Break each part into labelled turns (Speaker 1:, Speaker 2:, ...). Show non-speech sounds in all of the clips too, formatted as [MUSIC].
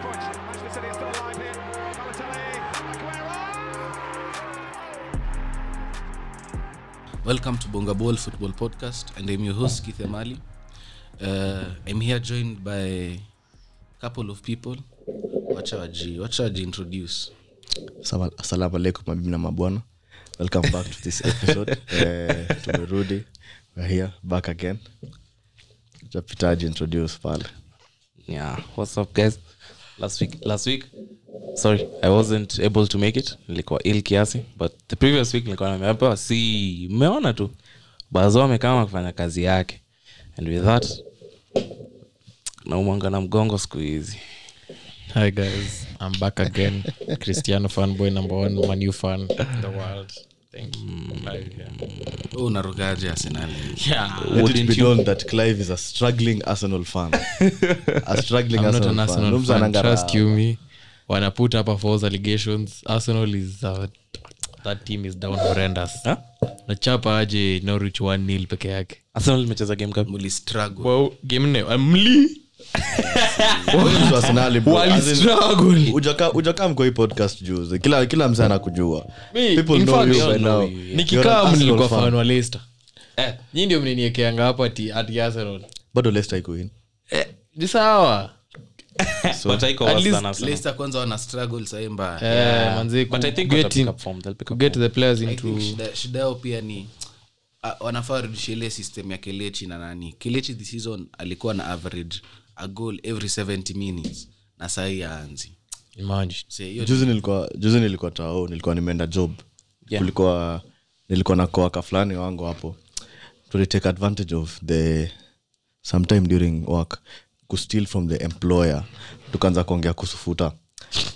Speaker 1: Balotelli is still alive here. Balotelli, Aguero!
Speaker 2: Welcome to Bonga Ball Football Podcast, and I'm your host Keith Emali. Uh, I'm here joined by a couple of people. Wacha waji, wacha waji introduce.
Speaker 3: Sama- assalamu alaikum mabibi na mabwana welcome back to this
Speaker 4: [LAUGHS]
Speaker 3: episode Eh, tumerudi we're here back again tapitaji introduce pale
Speaker 5: yeah what's up guys last week last week sorry i wasn't able to make it nilikuwa ill kiasi but the previous week nilikuwa nimepewa si mmeona tu bazo amekama kufanya kazi yake and with that naumwanga na mgongo siku hizi
Speaker 4: Hi guys, I'm back again. Cristiano fanboy number one, my new fan in the world. Thank you. Bye, yeah.
Speaker 2: Oh, unarogaje Arsenal?
Speaker 3: let it
Speaker 5: Wouldn't
Speaker 3: be
Speaker 5: you-
Speaker 3: known that clive is a struggling arsenal
Speaker 4: [LAUGHS]
Speaker 3: fan a struggling
Speaker 4: I'm not
Speaker 3: arsenal fan.
Speaker 4: an Arsenal
Speaker 3: Lumza
Speaker 4: fan.
Speaker 3: anangara-
Speaker 4: Trust you me. When I put up a false allegations, Arsenal is uh, that team is down horrendous.
Speaker 5: Huh?
Speaker 4: Na chapa aje Norwich 1-0 peke yake.
Speaker 5: arsenal imecheza game gapi?
Speaker 2: Muli struggle.
Speaker 4: Well, game nne. Mli
Speaker 3: Huyu ni Arsenali, bro.
Speaker 4: wali
Speaker 3: As in,
Speaker 4: struggle.
Speaker 3: hujaka- hujakam kwa hii podcast juzi kila, kila msee anakujua
Speaker 4: Me,
Speaker 3: People
Speaker 4: in
Speaker 3: know
Speaker 4: fact,
Speaker 3: you
Speaker 4: they all
Speaker 3: by now.
Speaker 5: know you, yeah.
Speaker 3: You're an
Speaker 4: Nikikaa
Speaker 3: Arsenal
Speaker 4: mlikuwa
Speaker 3: fan.
Speaker 4: fan wa Leicester.
Speaker 5: Eh,
Speaker 4: Nyinyi ndio mniekeanga hapa ati ati Arsenal.
Speaker 3: bado Leicester iko in
Speaker 4: Ni sawa.
Speaker 5: but haiko
Speaker 4: at
Speaker 5: worse
Speaker 4: least
Speaker 5: than Arsenal.
Speaker 2: Leicester kwanza wana struggle sahii mbaya.
Speaker 4: Eh, manze
Speaker 5: But I think
Speaker 4: ku-
Speaker 5: they'll
Speaker 4: get in-
Speaker 5: pick up form, they'll pick
Speaker 4: to
Speaker 5: up
Speaker 4: get
Speaker 5: form.
Speaker 4: the players
Speaker 2: I think
Speaker 4: into
Speaker 2: shida- shida yao pia ni uh, wanafaa warudishe ile system ya kelechi na nani kelechi this season alikuwa na average a goal every 70 minutes na sahii aanzi
Speaker 4: Imagine.
Speaker 3: juzi nilikuwa juzi nilikuwa tao nilikuwa nimeenda job
Speaker 5: Yeah.
Speaker 3: kulikuwa nilikuwa na koaka fulani wangu hapo tulitake advantage of the sometime during work kusteal from the employer tukaanza kuongea kusufuta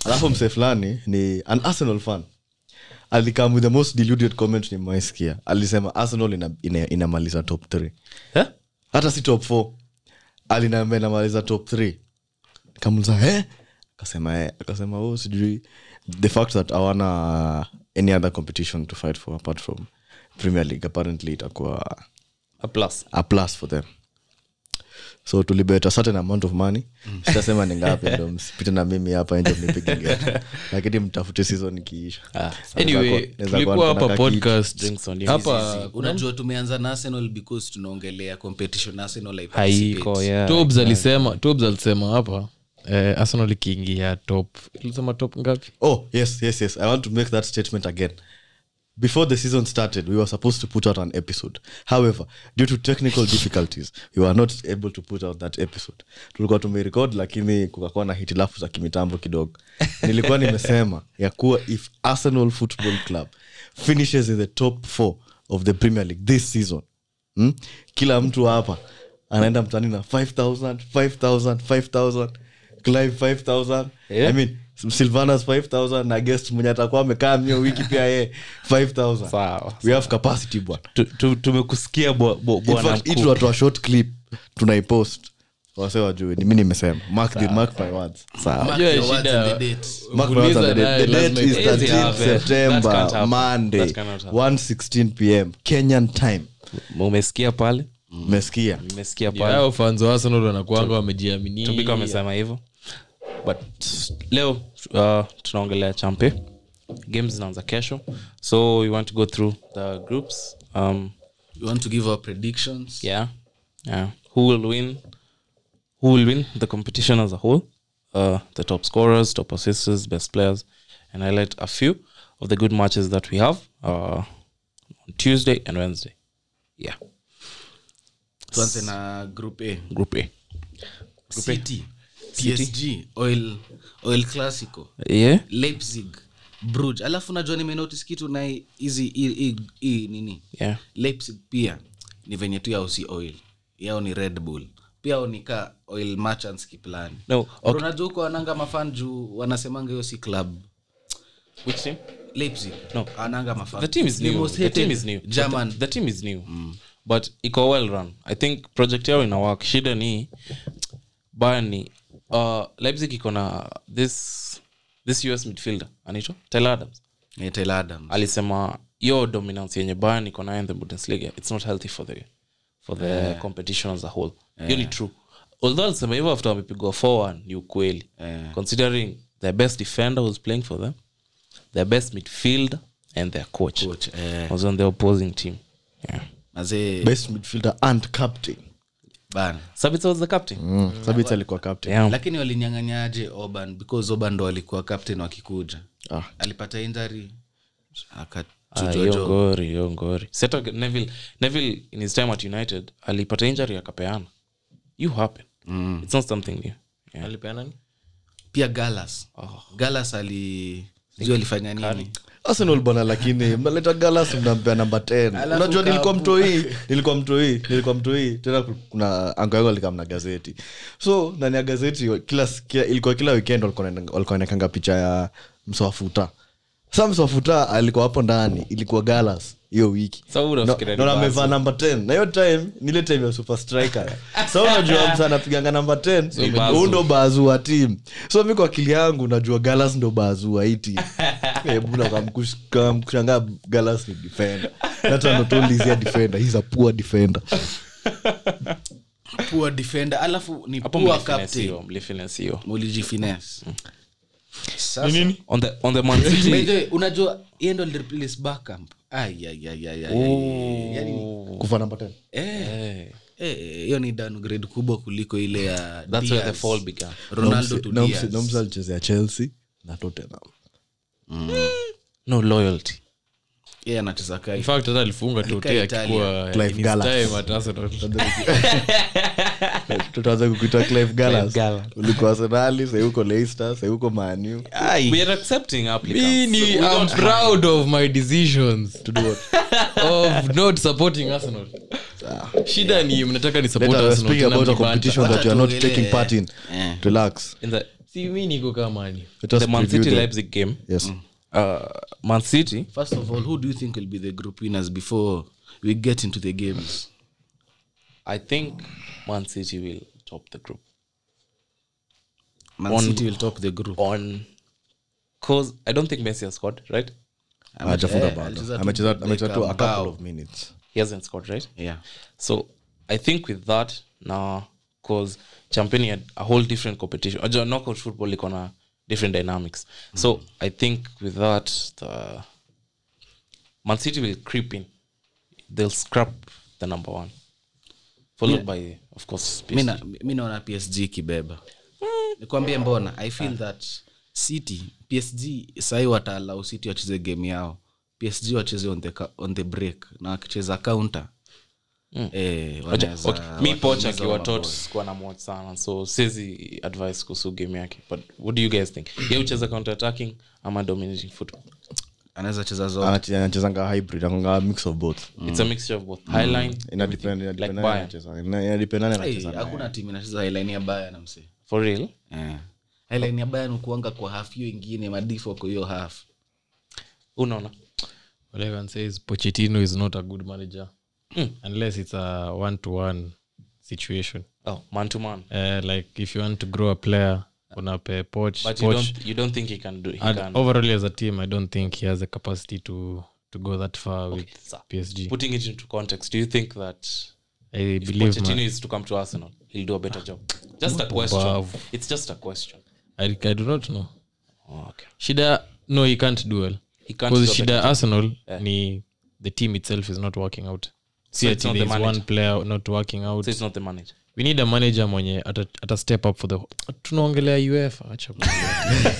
Speaker 3: alafu msee fulani ni an arsenal fan alikam with the most deluded comment nimewaisikia alisema arsenal ina, ina, inamaliza top three
Speaker 5: Eh?
Speaker 3: hata si top four alinaambia namaliza top three kamuliza eh? akasema eh. akasema oh, sijui the fact that awana any other competition to fight for apart from premier league apparently itakuwa
Speaker 5: a plus
Speaker 3: a plus for them so tulibet a certain amount of money
Speaker 4: Mm.
Speaker 3: sitasema ni
Speaker 4: [LAUGHS]
Speaker 3: ngapi ndo msipite na mimi hapa nje mnipige ngeta lakini mtafute season ikiisha
Speaker 4: Ah. anyway
Speaker 3: Naweza kuwa- naweza kuwa
Speaker 4: tulikuwa hapa
Speaker 3: nataka
Speaker 4: podcast
Speaker 5: drinks on you.
Speaker 4: hapa
Speaker 2: unajua tumeanza na arsenal because tunaongelea competition arsenal haiparticipate.
Speaker 5: haiko yeah
Speaker 4: tobs alisema tobs alisema hapa eh, arsenal ikiingia top ilisema top ngapi
Speaker 3: Oh, yes, yes, yes. I want to make that statement again. Before the season started, we were supposed to put out an episode. However, due to technical difficulties, we were not able to put out that episode. Tulikuwa tumerecord lakini kukakuwa na hitilafu za kimitambo kidogo. Nilikuwa nimesema ya kuwa if Arsenal Football Club finishes in the top 4 of the Premier League this season, hmm? Kila mtu hapa anaenda mtani na 5000, 5000, 5000, Clive 5000.
Speaker 5: Yeah.
Speaker 3: I mean, silvanas 5000 na guest mwenye atakuwa amekaa mio wiki pia ye 5000
Speaker 5: Sawa.
Speaker 3: we have capacity bwana
Speaker 5: Tu- tu- tumekusikia bwa- bwa-
Speaker 3: In
Speaker 5: bwana
Speaker 3: fact, hii
Speaker 5: mkuu
Speaker 3: tunatoa short clip tunaipost wase wajue ni mi nimesema mark the mark my words
Speaker 5: sawa
Speaker 2: Mark
Speaker 4: Hiyo
Speaker 2: your
Speaker 4: shida
Speaker 2: words and the date.
Speaker 3: Mark my words
Speaker 4: Uliza
Speaker 3: and the date.
Speaker 4: naye,
Speaker 3: The date
Speaker 4: lazima
Speaker 3: is
Speaker 5: ipost.
Speaker 3: 13
Speaker 5: That can't
Speaker 3: september
Speaker 5: happen.
Speaker 3: monday
Speaker 5: That cannot happen.
Speaker 3: 116 pm kenyan time
Speaker 5: umesikia pale
Speaker 3: mmesikia
Speaker 5: umesikia pale
Speaker 4: ao fans wa arsenal wanakuanga wamejiamini
Speaker 5: tubika wamesema hivyo but leo uh, tunaongelea champe games zinaanza kesho so we want to go through the groups um,
Speaker 2: You want to give our predictions
Speaker 5: yeah, yeah. who will win who will win the competition as a whole uh, the top scorers top assisters best players and highlight a few of the good matches that we have uh, on tuesday and wednesday yeah
Speaker 2: tuanze na group a
Speaker 5: group a
Speaker 2: city psg oil, oil classico
Speaker 5: yeah
Speaker 2: leipzig bruge alafu najua nimenotis kitu na hii- hizi hii- hii- hii nini
Speaker 5: yeah
Speaker 2: leipzig pia ni venye tu yao si oil yao ni red bull pia ao nikaa oil merchants kiplani
Speaker 5: No, okay.
Speaker 2: unajua huko wananga mafan juu wanasemanga hiyo si club
Speaker 5: which team
Speaker 2: leipzig
Speaker 5: No.
Speaker 2: ananga mafan
Speaker 5: the team is
Speaker 2: Ni
Speaker 5: new.
Speaker 2: most
Speaker 5: The team
Speaker 2: hated
Speaker 5: is new.
Speaker 2: german Mm.
Speaker 5: The, the team is new. But iko well run. I think project yao ina work. Shida ni Bani. Uh, Leipzig iko na this this US midfielder. Anaitwa Tyler Adams.
Speaker 2: Eh, Tyler Adams.
Speaker 5: Alisema yo dominance yenye Bayern iko nayo in the Bundesliga. It's not healthy for the for the competition as a whole. Hiyo ni true. Although alisema hivyo after wamepigwa 4-1 ni ukweli. Considering their best defender was playing for them, their best midfielder, and their coach,
Speaker 2: Coach, eh.
Speaker 5: was on the opposing team. Yeah.
Speaker 2: mazee
Speaker 3: best midfielder and captain
Speaker 2: bana
Speaker 5: Sabitzer was the captain.
Speaker 3: mm. sabits alikuwa captain
Speaker 5: Yeah.
Speaker 2: lakini walinyang'anyaje oban because oban ndo alikuwa captain wakikuja
Speaker 3: Ah.
Speaker 2: alipata injury
Speaker 5: Ah, hiyo
Speaker 2: akachujwajo
Speaker 5: ngori hiyo ngori Seto neville neville in his time at united alipata injury akapeana you happen it's not something new yeah.
Speaker 2: pia galas
Speaker 5: Oh.
Speaker 2: galas ali sijui alifanya nini
Speaker 3: arsenal bwana lakini mnaleta galas mnampea namba 10 unajua nilikuwa mtoii nilikuwa mtoii nilikuwa mtoii tena ku- kuna ango yangu alikaa mna gazeti so ndani ya gazeti kila, kila ilikuwa kila weekend walikuwa wanaenda- walikuwa wanaekanga picha ya mswafuta sa mswafuta alikuwa hapo ndani ilikuwa galas hiyo wiki
Speaker 5: So unafikiria
Speaker 3: No-
Speaker 5: ni
Speaker 3: no,
Speaker 5: basi.
Speaker 3: amevaa namba 10 Ah, na hiyo time nile time ya super striker sa unajua msa anapiganga namba 10
Speaker 5: Bazu.
Speaker 3: huu ndo bazu wa tim so mi kwa akili yangu najua galas ndo bazu wa hii tim ebuna kamkushanga galas ni defender hata notolisia defender he's a poor defender
Speaker 2: poor defender alafu ni
Speaker 5: Hapo
Speaker 2: poor
Speaker 5: mlifinesse
Speaker 2: captain
Speaker 5: hiyo, Mm. mlifinesse hiyo.
Speaker 2: mulijifines
Speaker 5: on the, on the Man City-
Speaker 2: unajua yeye ndo alireplace Bergkamp. Ai, ai, ai, ai, ai, ai. Yaani,
Speaker 3: kuvaa namba 10
Speaker 2: eh,
Speaker 5: Eh,
Speaker 2: eh, hiyo ni downgrade kubwa kuliko ile ya
Speaker 5: that's where the
Speaker 2: Diaz.
Speaker 5: fall began
Speaker 2: ronaldo to
Speaker 3: Na msi-
Speaker 2: Diaz.
Speaker 3: na msi alichezea chelsea na tottenham
Speaker 5: no loyalty
Speaker 2: Yeye anacheza kai.
Speaker 4: In fact, hata alifunga tote
Speaker 2: Alikaa Italia.
Speaker 4: akikuwa Eh, in
Speaker 3: Clive
Speaker 4: his
Speaker 3: Gallas.
Speaker 4: time at Arsenal.
Speaker 3: tutaanza kukuita clive galas
Speaker 5: Gallas.
Speaker 3: ulikuwa arsenali sahi uko leicester sahi uko manu
Speaker 5: we are accepting applicants.
Speaker 4: Me
Speaker 5: So we
Speaker 4: ni- I'm
Speaker 5: don't
Speaker 4: proud of my decisions
Speaker 3: to do what
Speaker 4: of not supporting Arsenal. Shida ni mnataka ni support
Speaker 3: Let us
Speaker 4: Arsenal,
Speaker 3: Ah. speak about a
Speaker 4: tunanibana.
Speaker 3: competition that you are not taking part in.
Speaker 2: Eh.
Speaker 3: Relax.
Speaker 5: mind. in the,
Speaker 4: Si mi niko kama ni.
Speaker 3: Let us
Speaker 5: the man
Speaker 3: preview
Speaker 5: city
Speaker 3: the-
Speaker 5: leipzig game
Speaker 3: Yes.
Speaker 2: Mm.
Speaker 5: uh, man city
Speaker 2: first of all who do you think will be the group winners before we get into the games
Speaker 5: i think man city will top the group
Speaker 2: man
Speaker 5: On-
Speaker 2: city will top the group
Speaker 5: on cause i don't think messi has scored right
Speaker 3: Hajafunga
Speaker 2: Eh,
Speaker 3: bado.
Speaker 2: alicheza tu
Speaker 3: Amecheza- amecheza tu a
Speaker 2: dakika
Speaker 3: couple
Speaker 2: mbao.
Speaker 3: of minutes.
Speaker 5: he hasn't scored right
Speaker 2: yeah
Speaker 5: so i think with that na cause champagne had a whole different competition Ajua knockout football iko na different dynamics so i think with that the man city will creep in they'll scrap the number one followed by of course PSG.
Speaker 2: mi na- mi naona psg ikibeba
Speaker 5: Eh.
Speaker 2: nikwambie mbona i
Speaker 5: Ah.
Speaker 2: feel that city psg sahii wataalau city wacheze game yao psg wacheze on the, ca- on the break na wakicheza counter eh,
Speaker 5: Acha-
Speaker 2: wanaweza-
Speaker 5: Hmm. okay, mi poch
Speaker 2: wataumiza
Speaker 5: akiwatot
Speaker 2: maboy.
Speaker 5: sikuwa na moch sana so siwezi advice kuhusu game yake but what do you guys think ye ucheza counter attacking ama dominating football
Speaker 2: anaweza cheza zote
Speaker 3: Anache- anachezanga hybrid, ananga mix of both.
Speaker 5: it's a mixture of both high line
Speaker 3: Ina depend- ina depend
Speaker 5: Like
Speaker 3: nani
Speaker 5: Bayern.
Speaker 3: anacheza. Ina- ina depend nani
Speaker 2: Hey,
Speaker 3: anacheza naye.
Speaker 2: hakuna timu inacheza highline ya Bayern msee.
Speaker 5: for real
Speaker 2: Eh. Highline ya Bayern hukuanga kwa half hiyo ingine madifo kwa hiyo half.
Speaker 5: unaona
Speaker 4: All I can say is Pochettino is not a good manager.
Speaker 5: Hmm.
Speaker 4: Unless it's a one-to-one situation.
Speaker 5: oh man to man
Speaker 4: Eh, like if you want to grow a player, unape Poch.
Speaker 5: but you
Speaker 4: Poch
Speaker 5: don't, you don't think he can do he
Speaker 4: and
Speaker 5: can
Speaker 4: overall as a team i don't think he has the capacity to to go that far with
Speaker 5: so
Speaker 4: psg
Speaker 5: putting it into context do you think that
Speaker 4: i
Speaker 5: if
Speaker 4: believe
Speaker 5: Pochettino
Speaker 4: man,
Speaker 5: is to come to Arsenal he'll do a better [SIGHS] job just a question
Speaker 4: Pumbavu.
Speaker 5: it's just a question
Speaker 4: I, i do not know
Speaker 5: oh, okay
Speaker 4: shida no he can't duel
Speaker 5: he can't do
Speaker 4: because
Speaker 5: a better-
Speaker 4: shida arsenal ni the team itself is not working out
Speaker 5: So
Speaker 4: see
Speaker 5: it's
Speaker 4: ati
Speaker 5: not the
Speaker 4: there's one
Speaker 5: manager.
Speaker 4: player not working out
Speaker 5: so it's not the manager
Speaker 4: we need a manager mwenye ata, ata step up for the tunaongelea uf acha
Speaker 5: [LAUGHS]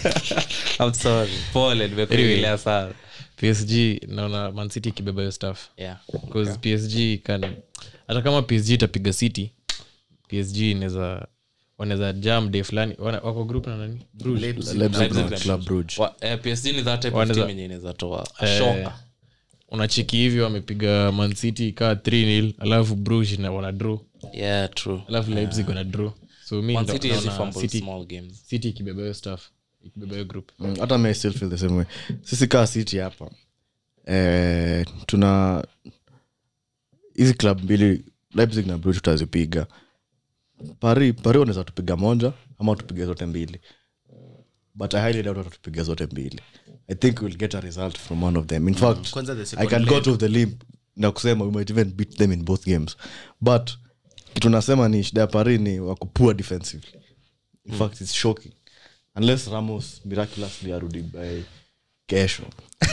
Speaker 5: I'm sorry Paul and anyway. sana
Speaker 4: psg naona mancity ikibeba hiyo staff
Speaker 5: yeah
Speaker 4: because psg can hata kama psg itapiga city psg inaweza wanaweza jam day fulani Wana- wako group na nani Bruges.
Speaker 3: Leipzig
Speaker 5: Leipzig
Speaker 3: na
Speaker 5: Leipzig.
Speaker 3: Club Brugge.
Speaker 5: Wa- eh, PSG ni that type of
Speaker 4: Wanaweza-
Speaker 5: team yenye inaweza toa a
Speaker 4: Eh,
Speaker 5: shocker.
Speaker 4: unacheki hivi wamepiga mancity kaa 3 alafu brush wana draw
Speaker 5: Yeah, true.
Speaker 4: alafu leipzig wana draw so mi
Speaker 5: Man
Speaker 4: ndo-
Speaker 5: City
Speaker 4: naona
Speaker 5: has fumbled
Speaker 4: City-
Speaker 5: small games.
Speaker 4: city ikibeba hiyo staff ikibeba hiyo group
Speaker 3: Mm, hata me I still feel the same way sisi kaa city hapa eh, tuna hizi club mbili leipzig na bruch tutazipiga pari pari wanaweza tupiga moja ama tupige zote mbili but i highly doubt watatupiga zote mbili i think we'll get a result from one of them in fact
Speaker 2: Mm. Kwanza the
Speaker 3: i
Speaker 2: second
Speaker 3: can
Speaker 2: leg.
Speaker 3: go to the limp na kusema we might even beat them in both games but
Speaker 2: Mm.
Speaker 3: kitu nasema ni shida ya pari ni wakupua defensively in fact it's shocking unless ramos miraculously arudi by kesho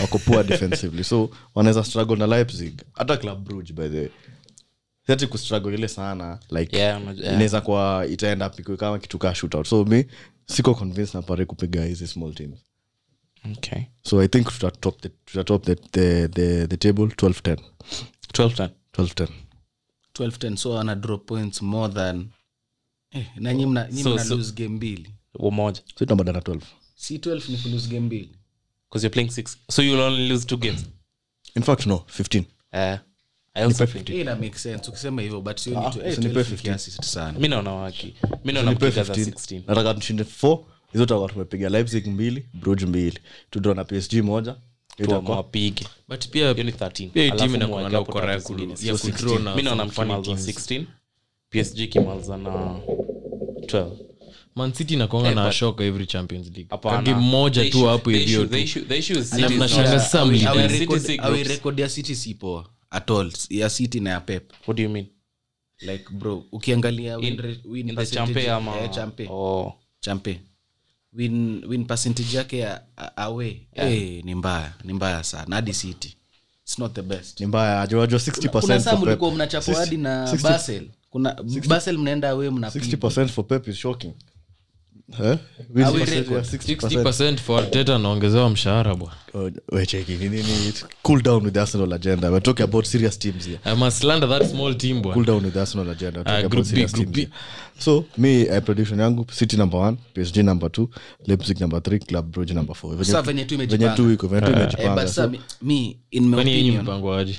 Speaker 3: wako poor defensively so wanaweza struggle na leipzig hata club bruge by the way sati kustruggle ile sana like
Speaker 5: Yeah, unaj- yeah.
Speaker 3: inaweza kwa itaenda pikwe kama kitu kaa shootout so mi siko convinced na pare kupiga hizi small teams
Speaker 5: okay
Speaker 3: so i think tutatop the, tutatop the, the, the, the table 12 10
Speaker 5: 12 10
Speaker 3: 12 10
Speaker 2: 12 so ana draw points more than eh, na nyi mna, nyi
Speaker 5: So-
Speaker 2: mna
Speaker 5: so-
Speaker 2: lose game mbili
Speaker 5: umoja
Speaker 3: so tunabadana 12
Speaker 2: si 12 ni kulose game mbili
Speaker 5: because you're playing six so you'll only lose two games
Speaker 3: in fact no 15
Speaker 5: uh, i also think it-
Speaker 2: Hii ina make sense ukisema hivyo but sio ni
Speaker 3: Ah,
Speaker 2: tu- eh,
Speaker 3: usinipe
Speaker 2: 12 ni
Speaker 3: 15.
Speaker 2: kiasi sana
Speaker 5: mi naona waki mi naona
Speaker 3: Tulipe
Speaker 5: mkigaza
Speaker 3: 15.
Speaker 5: 16
Speaker 3: nataka tushinde 4 hizo tutakuwa tumepiga leipzig mbili bruge mbili tudra na psg moja Itakuwa-
Speaker 5: tuamawapige
Speaker 4: but pia
Speaker 5: hiyo ni 13
Speaker 4: pia hii
Speaker 5: Alafu
Speaker 4: timu inakuwa na
Speaker 5: mwagapo
Speaker 4: ukora ya
Speaker 5: tatu zingine.
Speaker 4: ku- ya
Speaker 5: So
Speaker 4: kudraw
Speaker 5: 16.
Speaker 4: na
Speaker 5: mi naona
Speaker 4: some funny
Speaker 5: mkimaliza
Speaker 4: teams.
Speaker 5: 16 psg ikimaliza na 12
Speaker 4: mancity inakonga na
Speaker 5: Eh, but-
Speaker 4: shoka every champions league
Speaker 5: Hapana.
Speaker 4: kagi mmoja
Speaker 5: They
Speaker 4: tu
Speaker 5: should-
Speaker 4: hapo
Speaker 5: they
Speaker 4: hivyo
Speaker 5: should-
Speaker 4: tu
Speaker 5: they should- they should-
Speaker 4: Alafu
Speaker 5: City is
Speaker 4: nashanga
Speaker 5: not-
Speaker 4: Sam
Speaker 5: Our-
Speaker 4: Lee.
Speaker 5: our
Speaker 4: Our
Speaker 5: City
Speaker 2: Away-
Speaker 5: si
Speaker 2: away
Speaker 5: groups.
Speaker 2: record ya city si poa at all ya city na ya pep
Speaker 5: What do you mean?
Speaker 2: like bro ukiangalia win,
Speaker 5: In-
Speaker 2: re- win
Speaker 5: in the
Speaker 2: percentage-
Speaker 5: champe ama-
Speaker 2: eh, champe.
Speaker 5: Oh.
Speaker 2: champe win, win percentage yake ya a- away eh, ni mbaya ni mbaya sana hadi city its not the best
Speaker 3: ni mbaya ajawajua
Speaker 2: kuna saa
Speaker 3: 60
Speaker 2: mlikuwa mnachapwa hadi na basel kuna basel mnaenda away mnapiga
Speaker 3: 60 for pep is shocking Eh?
Speaker 2: Are we
Speaker 3: 60% ya
Speaker 2: record?
Speaker 3: 60%.
Speaker 4: 60 for Arteta anaongezewa mshahara bwana
Speaker 3: Oh, we're checking. Ni- ni- ni- cool down with the arsenal agenda we're talking about serious teams here
Speaker 4: I must Eh, slander that small team
Speaker 3: cool
Speaker 4: bwana
Speaker 3: down with the arsenal agenda We're talking
Speaker 4: Ah,
Speaker 3: about
Speaker 4: group B,
Speaker 3: serious
Speaker 4: group
Speaker 3: teams
Speaker 4: B.
Speaker 3: here. so me eh, prediction yangu city number one psg number two leipzig number three club Brugge number four Venye-
Speaker 2: Sasa venye tu
Speaker 3: venye
Speaker 2: imejipanga.
Speaker 3: tu iko venye tu
Speaker 2: eh,
Speaker 3: imejipanga
Speaker 2: but
Speaker 3: so
Speaker 2: sa mi- mi in my
Speaker 4: kwani yenyi
Speaker 2: opinion
Speaker 4: mpango aje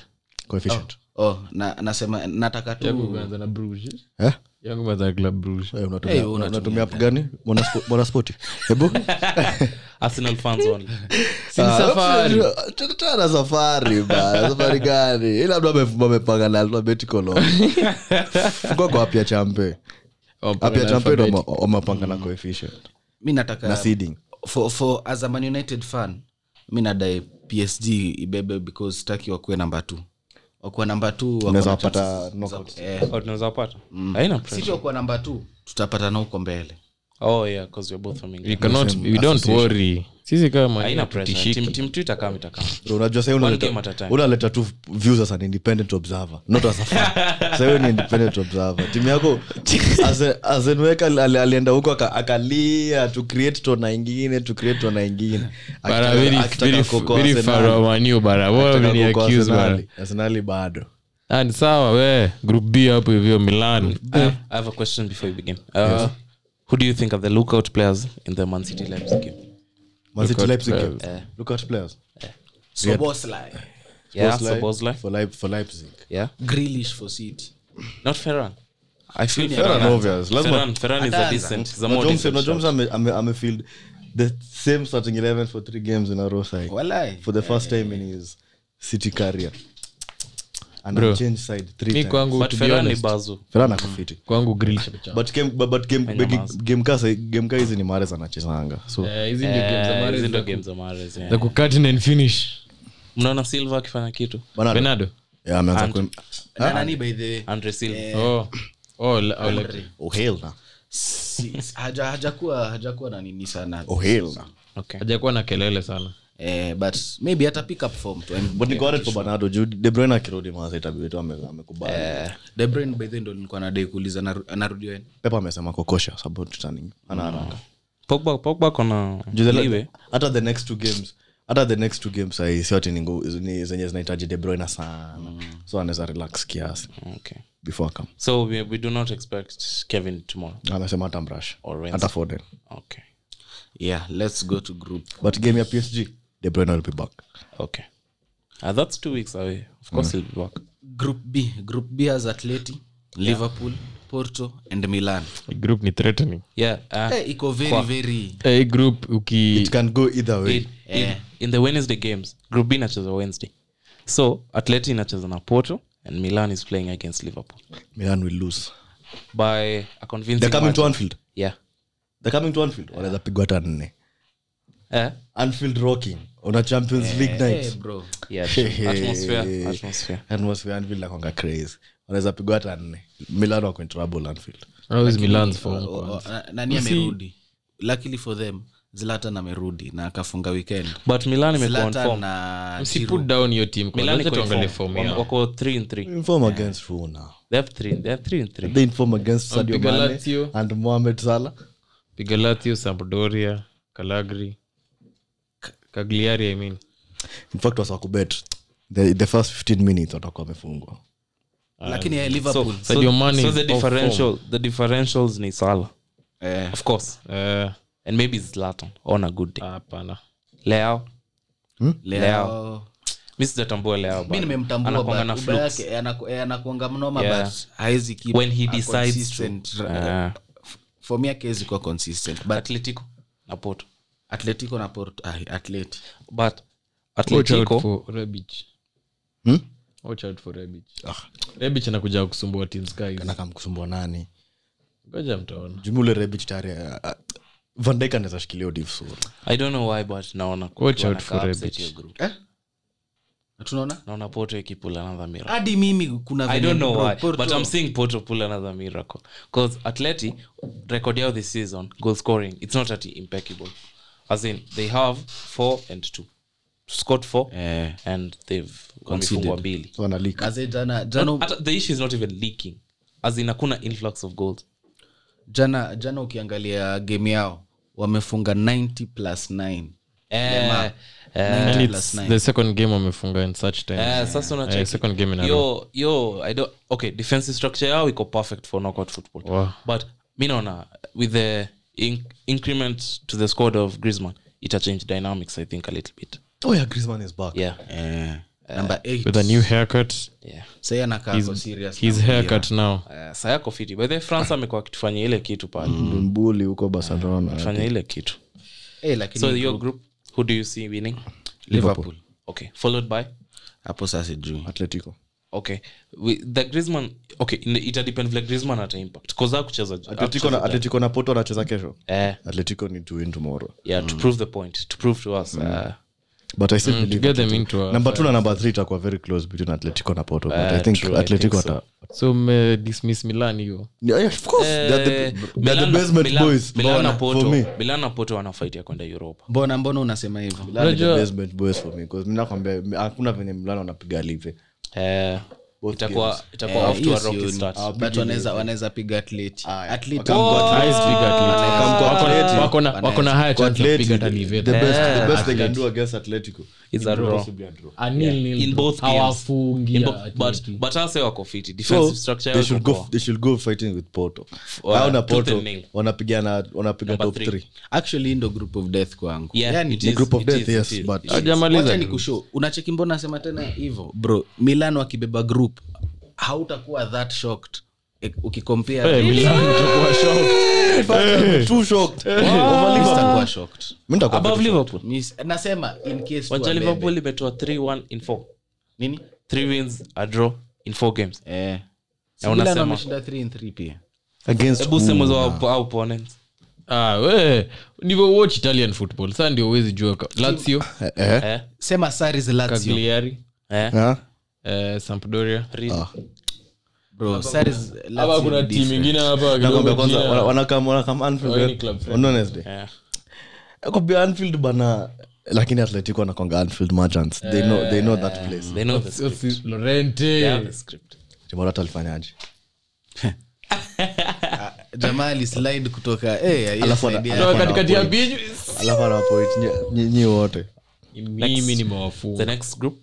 Speaker 3: coefficient
Speaker 2: oh, na, nasema nataka
Speaker 4: yangu
Speaker 2: tu
Speaker 4: kuanza na Bruges
Speaker 3: eh
Speaker 4: yangu kwanza na Club Bruges
Speaker 3: Eh, unatumia-
Speaker 2: Oh. Eh, unatumia
Speaker 3: unatumia app gani Monaspo- monaspoti
Speaker 2: [LAUGHS]
Speaker 3: hebu Ah,
Speaker 5: Arsenal fans
Speaker 3: [LAUGHS]
Speaker 5: only.
Speaker 4: si ni safari
Speaker 3: tutana
Speaker 2: [LAUGHS]
Speaker 3: safari ba safari gani ila mtu ame- amepanga na alfabetikolo
Speaker 2: [LAUGHS]
Speaker 3: kwa apya champe
Speaker 4: Oh,
Speaker 3: apya champe ndo wame- wamepanga na coefficient
Speaker 2: mi nataka
Speaker 3: na seeding
Speaker 2: for, for as a man united fan mi nadae psg ibebe because taki wakuwe namba t wakuwa namba t
Speaker 3: unaweza wapata knockout
Speaker 5: Oh, tunaweza pata?
Speaker 3: Mm.
Speaker 5: Haina pressure.
Speaker 2: Eh, sisi wakuwa namba t tutapatana huko mbele
Speaker 5: Oh, yeah, 'cause we're both from
Speaker 4: we
Speaker 5: England.
Speaker 4: cannot we don't worry sisi kama
Speaker 5: Haina pressure. Team- team two itakam, itakam.
Speaker 3: So unajua sahii unaleta-
Speaker 5: game at a time.
Speaker 3: unaleta tu views as an independent observer not as a
Speaker 5: [LAUGHS]
Speaker 3: fan sahii ni independent observer timu yako [LAUGHS] azenweka alienda huko aka- akalia to create tona ingine to create tona ingine Akitaka- akitaka kuokoa Arsenal. Akitaka kuokoa Arsenal. Arsenal bado
Speaker 4: ni sawa we group b hapo hivyo milan
Speaker 5: I
Speaker 3: Eh.
Speaker 5: have- I have a question before we begin. Uh, who do you think are the lookout players in the Man City Leipzig game?
Speaker 3: Man City
Speaker 4: out
Speaker 3: Leipzig
Speaker 4: players.
Speaker 3: game. Look out players.
Speaker 2: so boslai
Speaker 5: Yeah,
Speaker 3: Bosley
Speaker 5: Szoboszlai?
Speaker 3: for Leip- for Leipzig.
Speaker 5: Yeah?
Speaker 2: grilish for city
Speaker 5: Not Ferran. I feel
Speaker 3: Ferran
Speaker 5: Ferran-
Speaker 3: obvious. Lazima-
Speaker 5: Ferran- Ferran is a
Speaker 2: Ataanza.
Speaker 5: decent- is a more
Speaker 3: Unajua mse-
Speaker 5: decent
Speaker 3: unajua
Speaker 5: shot.
Speaker 3: mse ame- ame- amefield the same starting 11 for three games in a row side.
Speaker 2: walai
Speaker 3: For the first time in his City career. And
Speaker 4: Bro.
Speaker 3: changed side three
Speaker 4: mi
Speaker 3: times.
Speaker 4: kwangu
Speaker 5: But
Speaker 4: to be
Speaker 5: Ferran ni
Speaker 4: honest,
Speaker 5: bazu.
Speaker 3: Ferran ako fiti.
Speaker 4: kwangu grill shapita.
Speaker 3: But game- but- but game-
Speaker 5: Fanya
Speaker 3: game-
Speaker 5: mazi.
Speaker 3: game kaa sa- game kaa hizi ni mares anachezanga so
Speaker 4: Eh, hizi ndio games za
Speaker 5: Eh,
Speaker 4: Mahrez
Speaker 5: hizi ndo
Speaker 4: za ku-
Speaker 5: game za Mahrez, yeah.
Speaker 4: za ku cut in and finish
Speaker 5: mnaona silva akifanya kitu
Speaker 3: Bernardo.
Speaker 4: Bernardo?
Speaker 3: Yeah, ameanza kuim-
Speaker 2: na nani by the way
Speaker 5: andre silva
Speaker 4: Oh. Oh, la- oh, like-
Speaker 3: O'Hale na.
Speaker 2: si- si- haja- hajakuwa hajakuwa na nini sana
Speaker 3: O'Hale na.
Speaker 5: okay.
Speaker 4: hajakuwa na kelele sana
Speaker 2: eh, but maybe ata pick up form tu I'm-
Speaker 3: But niko worried for Bernardo juu De Bruyne akirudi mazi itabidi tu ame- amekubali
Speaker 2: Eh. De Bruyne by the way ndo nilikuwa nadai kuuliza anaru- anarudi wen
Speaker 3: pepa amesema kokosha about turning ana haraka
Speaker 5: pogba pogba kona
Speaker 3: Juu the-
Speaker 5: liwe
Speaker 3: hata the next two games hata the next two games sahi si ati ni ngu- ni zenye zinahitaji De Bruyne sana
Speaker 5: Mm.
Speaker 3: so anaweza relax kiasi
Speaker 5: okay
Speaker 3: before akam
Speaker 5: so we, we do not expect kevin tomorrow
Speaker 3: amesema hata mrush
Speaker 5: Or Renzi.
Speaker 3: hata Foden
Speaker 5: okay
Speaker 2: yeah let's go to group
Speaker 3: but game ya PSG De Bruyne will be back
Speaker 5: okay uh, that's two weeks away of course he'll be back
Speaker 3: Mm.
Speaker 2: group b group b has atleti liverpool porto and milan
Speaker 4: Hii group ni threatening
Speaker 5: yeah uh,
Speaker 2: hey, iko very very
Speaker 4: Eh, hii group uki
Speaker 3: it can go either way
Speaker 5: in, in, in the wednesday games group b inacheza wednesday so atleti inacheza na porto and milan is playing against liverpool
Speaker 3: Milan will lose
Speaker 5: by a convincing
Speaker 3: they're coming to
Speaker 5: margin.
Speaker 3: Anfield
Speaker 5: yeah
Speaker 3: they're coming to Anfield wanaweza pigwa hata nne
Speaker 5: eh?
Speaker 3: Anfield rocking on a Champions League
Speaker 2: hey,
Speaker 3: night
Speaker 2: Eh, bro
Speaker 5: [LAUGHS] yeah
Speaker 3: Hey.
Speaker 5: sure. atmosphere atmosphere
Speaker 3: atmosphere Anfield nakwanga crazy wanaweza pigwa hata nne Milan wako in trouble Anfield
Speaker 5: uh,
Speaker 4: How is Oh, Milan's form
Speaker 2: O- o- na- nani Oh, amerudi luckily for them zlatan amerudi na akafunga weekend
Speaker 5: but milan
Speaker 2: zlatan
Speaker 5: imekonfirm
Speaker 2: na
Speaker 4: msiput down your team
Speaker 5: milan
Speaker 4: kwanza, acha
Speaker 5: iko in
Speaker 4: tuangalie
Speaker 5: form.
Speaker 4: form
Speaker 5: Wame-
Speaker 4: yao.
Speaker 5: wako 3 and 3
Speaker 3: inform against who now
Speaker 5: they have 3 they have 3 and 3
Speaker 3: they inform against Sadio
Speaker 4: Ampiga
Speaker 3: Mane
Speaker 4: Lazio.
Speaker 3: and Mohamed Salah
Speaker 4: piga Lazio, sampdoria calagri kagliari I mean.
Speaker 3: in fact wasakubet the, the first 15 minutes watakuwa wamefungwa
Speaker 2: lakini eh, liverpool
Speaker 5: so,
Speaker 4: Sadio Mane
Speaker 5: so
Speaker 4: is
Speaker 5: the
Speaker 4: off form.
Speaker 5: differential the differentials ni sala
Speaker 2: eh,
Speaker 5: of course
Speaker 4: Eh,
Speaker 5: and maybe zlatan on a good day
Speaker 4: hapana
Speaker 5: leo
Speaker 4: Hmm?
Speaker 2: leo
Speaker 5: mi sijatambua leo
Speaker 2: mi
Speaker 5: bado.
Speaker 2: nimemtambua
Speaker 5: Anakuanga na
Speaker 2: but ubaya
Speaker 5: flukes.
Speaker 2: yake, anaku- eh, anakuanga mnoma
Speaker 5: Yeah.
Speaker 2: but haezi keep
Speaker 5: When he
Speaker 2: a
Speaker 5: decides to.
Speaker 2: consistent ra-
Speaker 5: Ah.
Speaker 2: for me akiwezi kuwa consistent but
Speaker 5: atletico na porto
Speaker 2: atletico na porto ah, atlet
Speaker 5: but
Speaker 4: Watch out
Speaker 5: atletico Hmm?
Speaker 4: for Rebic. Watch out for Rebic.
Speaker 5: Ah.
Speaker 4: Rebic anakuja kusumbua teams guys.
Speaker 3: nakamkusumbua nani
Speaker 4: Ngoja mtaona
Speaker 3: jumule rebich tayari ah, ah, Van Dijk anaweza shikilia hiyo div sura.
Speaker 5: i don't know why but naona
Speaker 4: Watch
Speaker 5: kukiwa
Speaker 4: out
Speaker 5: na
Speaker 4: for
Speaker 5: ka upset
Speaker 4: Rebic.
Speaker 5: hiyo group.
Speaker 2: Eh? tunaona
Speaker 5: naona porto ikipula another miracle
Speaker 2: hadi mimi kuna
Speaker 5: i
Speaker 2: venye
Speaker 5: don't know
Speaker 2: bro,
Speaker 5: why
Speaker 2: Ah, Porto-
Speaker 5: but i'm seeing porto pull another miracle because atleti record yao this season goal scoring it's not at impeccable as in they have four and two scored four
Speaker 2: Eh.
Speaker 5: and they've
Speaker 2: Conceded.
Speaker 5: wamefungwa mbili
Speaker 3: So wanalika.
Speaker 2: Azee jana jana
Speaker 5: Hata- the issue is not even leaking as in hakuna influx of goals
Speaker 2: jana jana ukiangalia game yao wamefunga 90 plus 9
Speaker 5: Eh,
Speaker 2: Lema, 90
Speaker 4: And
Speaker 2: plus
Speaker 4: it's
Speaker 2: 9.
Speaker 4: the second game wamefunga in such time
Speaker 5: Eh, sasa unacheki.
Speaker 4: Eh, second game in a row.
Speaker 5: yo yo i don't okay defensive structure yao iko perfect for knockout football
Speaker 4: Wow.
Speaker 5: but mi naona with the in increment to the squad of griezmann ita change dynamics i think a little bit
Speaker 3: Oh yeah, Griezmann is back.
Speaker 5: yeah
Speaker 2: eh, number
Speaker 4: With a
Speaker 2: 8
Speaker 4: new haircut,
Speaker 5: yeah
Speaker 2: sasa anakaa kwa serious
Speaker 4: his
Speaker 2: na mpira.
Speaker 4: haircut now.
Speaker 5: uh, sayako fiti by the way, france amekuwa akitufanyia ile kitu
Speaker 4: Mm,
Speaker 5: pale
Speaker 3: Mm. Mbuli huko Barcelona.
Speaker 5: fanya ile kitu
Speaker 2: eh lakini
Speaker 5: so your group who do you see winning
Speaker 2: liverpool
Speaker 5: okay followed by
Speaker 2: hapo sasa sijui
Speaker 3: Atletico.
Speaker 5: okay we, the griezmann okay in- ita depend vile griezmann ata impact koza kucheza
Speaker 3: Atletico na Atletico na Porto wanacheza kesho.
Speaker 5: eh
Speaker 3: Atletico need to win tomorrow.
Speaker 5: yeah to prove the point to prove to
Speaker 3: Mm.
Speaker 5: us uh,
Speaker 3: But I still
Speaker 5: Mm,
Speaker 4: To
Speaker 3: believe
Speaker 4: get them into a-
Speaker 3: number 2 na number 3 itakuwa very close between Atletico na Porto. But I think
Speaker 5: true, I
Speaker 3: Atletico
Speaker 5: think so.
Speaker 3: ata
Speaker 4: So, me- dismiss Milan hiyo.
Speaker 3: Yeah, yeah, of course. they're
Speaker 5: eh,
Speaker 3: the, they're the
Speaker 5: Milan-
Speaker 3: basement
Speaker 5: Milan-
Speaker 3: boys.
Speaker 5: Milan na
Speaker 3: For
Speaker 5: Porto-
Speaker 3: me.
Speaker 5: Milan na porto wanafaitia kwenda europa
Speaker 2: mbona mbona unasema hivyo
Speaker 3: Milan is the
Speaker 4: Unajua-
Speaker 3: basement boys for me 'cause mimi nakwambia mi- hakuna venye Milan wanapiga live.
Speaker 5: eh,
Speaker 3: Both
Speaker 5: itakuwa
Speaker 3: games. Eh,
Speaker 5: itakuwa off to
Speaker 2: eh, hiyo
Speaker 5: a rocky
Speaker 2: sioni. Ah,
Speaker 5: start Oh,
Speaker 2: but wanaweza wanaweza piga atleti
Speaker 3: Aya.
Speaker 2: atleti
Speaker 3: Wakamko
Speaker 4: Eyes big athlete.
Speaker 3: Wakamko
Speaker 4: Wako na-
Speaker 3: athlete.
Speaker 4: wako na- wako na higher
Speaker 3: Kwa
Speaker 4: chance ya kupiga
Speaker 3: Atleti,
Speaker 4: hata
Speaker 3: the
Speaker 4: Liverpool.
Speaker 3: best-
Speaker 5: Eh,
Speaker 3: the best they can do against Atletico
Speaker 5: It's a
Speaker 3: Draw
Speaker 5: draw.
Speaker 3: possibly a draw.
Speaker 4: A Ah, nil nil
Speaker 5: In
Speaker 4: draw.
Speaker 5: both games.
Speaker 4: Hawafungi
Speaker 5: In bo-
Speaker 4: ya
Speaker 5: but
Speaker 4: Atleti.
Speaker 5: but ase wako fiti defensive
Speaker 3: So,
Speaker 5: structure
Speaker 3: they
Speaker 5: yao
Speaker 3: should
Speaker 5: iko
Speaker 3: go
Speaker 5: poa.
Speaker 3: they should go fighting with Porto.
Speaker 5: uh,
Speaker 3: Hao na
Speaker 5: tooth and
Speaker 3: Porto
Speaker 5: nail.
Speaker 3: wanapigana wanapiga
Speaker 5: Number
Speaker 3: top
Speaker 5: three.
Speaker 3: 3.
Speaker 2: actually ndo group of death kwangu
Speaker 5: Yeah,
Speaker 2: yani
Speaker 5: it
Speaker 3: Ni
Speaker 5: is,
Speaker 3: group of
Speaker 5: it
Speaker 3: death
Speaker 5: is, it
Speaker 3: yes
Speaker 5: is,
Speaker 3: but
Speaker 5: it is.
Speaker 4: Hajamaliza
Speaker 2: Wacha
Speaker 4: group.
Speaker 2: nikushow unacheki mbona nasema tena hivo bro milan wakibeba group hautakuwa that shocked eh, ukikompare [LAUGHS]
Speaker 4: Eh, Milan itakuwa shocked.
Speaker 3: In fact, I'm too shocked.
Speaker 5: Oh,
Speaker 2: Eh.
Speaker 3: Over
Speaker 2: Mimi
Speaker 3: Liverpool.
Speaker 2: sitakuwa shocked.
Speaker 3: Mimi nitakuwa
Speaker 5: above
Speaker 3: very shocked.
Speaker 5: liverpool
Speaker 2: Mimi si- nasema in case tu
Speaker 5: wacha
Speaker 2: wabebe.
Speaker 5: liverpool imetoa 3-1 in 4
Speaker 2: nini
Speaker 5: 3 wins a draw in 4 games
Speaker 2: eh Si
Speaker 5: Na
Speaker 2: Milan
Speaker 5: unasema-
Speaker 2: wameshinda 3 in 3 pia
Speaker 3: Against
Speaker 5: hebu
Speaker 3: who?
Speaker 5: sema za op- our opponents
Speaker 4: Ah, we, ndivyo watch italian football saa ndio uwezi jua ka- lazio
Speaker 3: Eh, eh. Ah.
Speaker 5: eh
Speaker 2: sema sare za lazio
Speaker 4: kagliari
Speaker 5: eh
Speaker 3: Huh?
Speaker 4: eh, sampdoria
Speaker 3: Ah.
Speaker 5: Real.
Speaker 2: bro sare za
Speaker 4: hapa
Speaker 2: lazio
Speaker 4: kuna
Speaker 2: ni
Speaker 4: timu
Speaker 2: different.
Speaker 4: ingine hapa
Speaker 3: Nakwambia
Speaker 4: kidogo
Speaker 3: kwanza
Speaker 4: jina-
Speaker 3: wana- wanakam- wanakam Anfield,
Speaker 4: Oh, hii ni
Speaker 3: eh,
Speaker 4: club friend.
Speaker 3: on Wednesday.
Speaker 5: Eh.
Speaker 3: Nakwambia Anfield bana lakini atletico anakwanga anfield merchants they know, they know that place
Speaker 5: they know the script
Speaker 4: Osi- Lorente.
Speaker 5: they have the script
Speaker 3: timorata alifanyaje
Speaker 2: jamali slide kutoka eh ya- ya
Speaker 3: Alafu ana-
Speaker 2: slide ya-
Speaker 4: Toka
Speaker 3: wana
Speaker 4: katikati ya
Speaker 3: point.
Speaker 4: biju.
Speaker 3: alafu anapoint nyinyi wote
Speaker 4: mimi
Speaker 5: the
Speaker 4: nimewafunga
Speaker 5: next group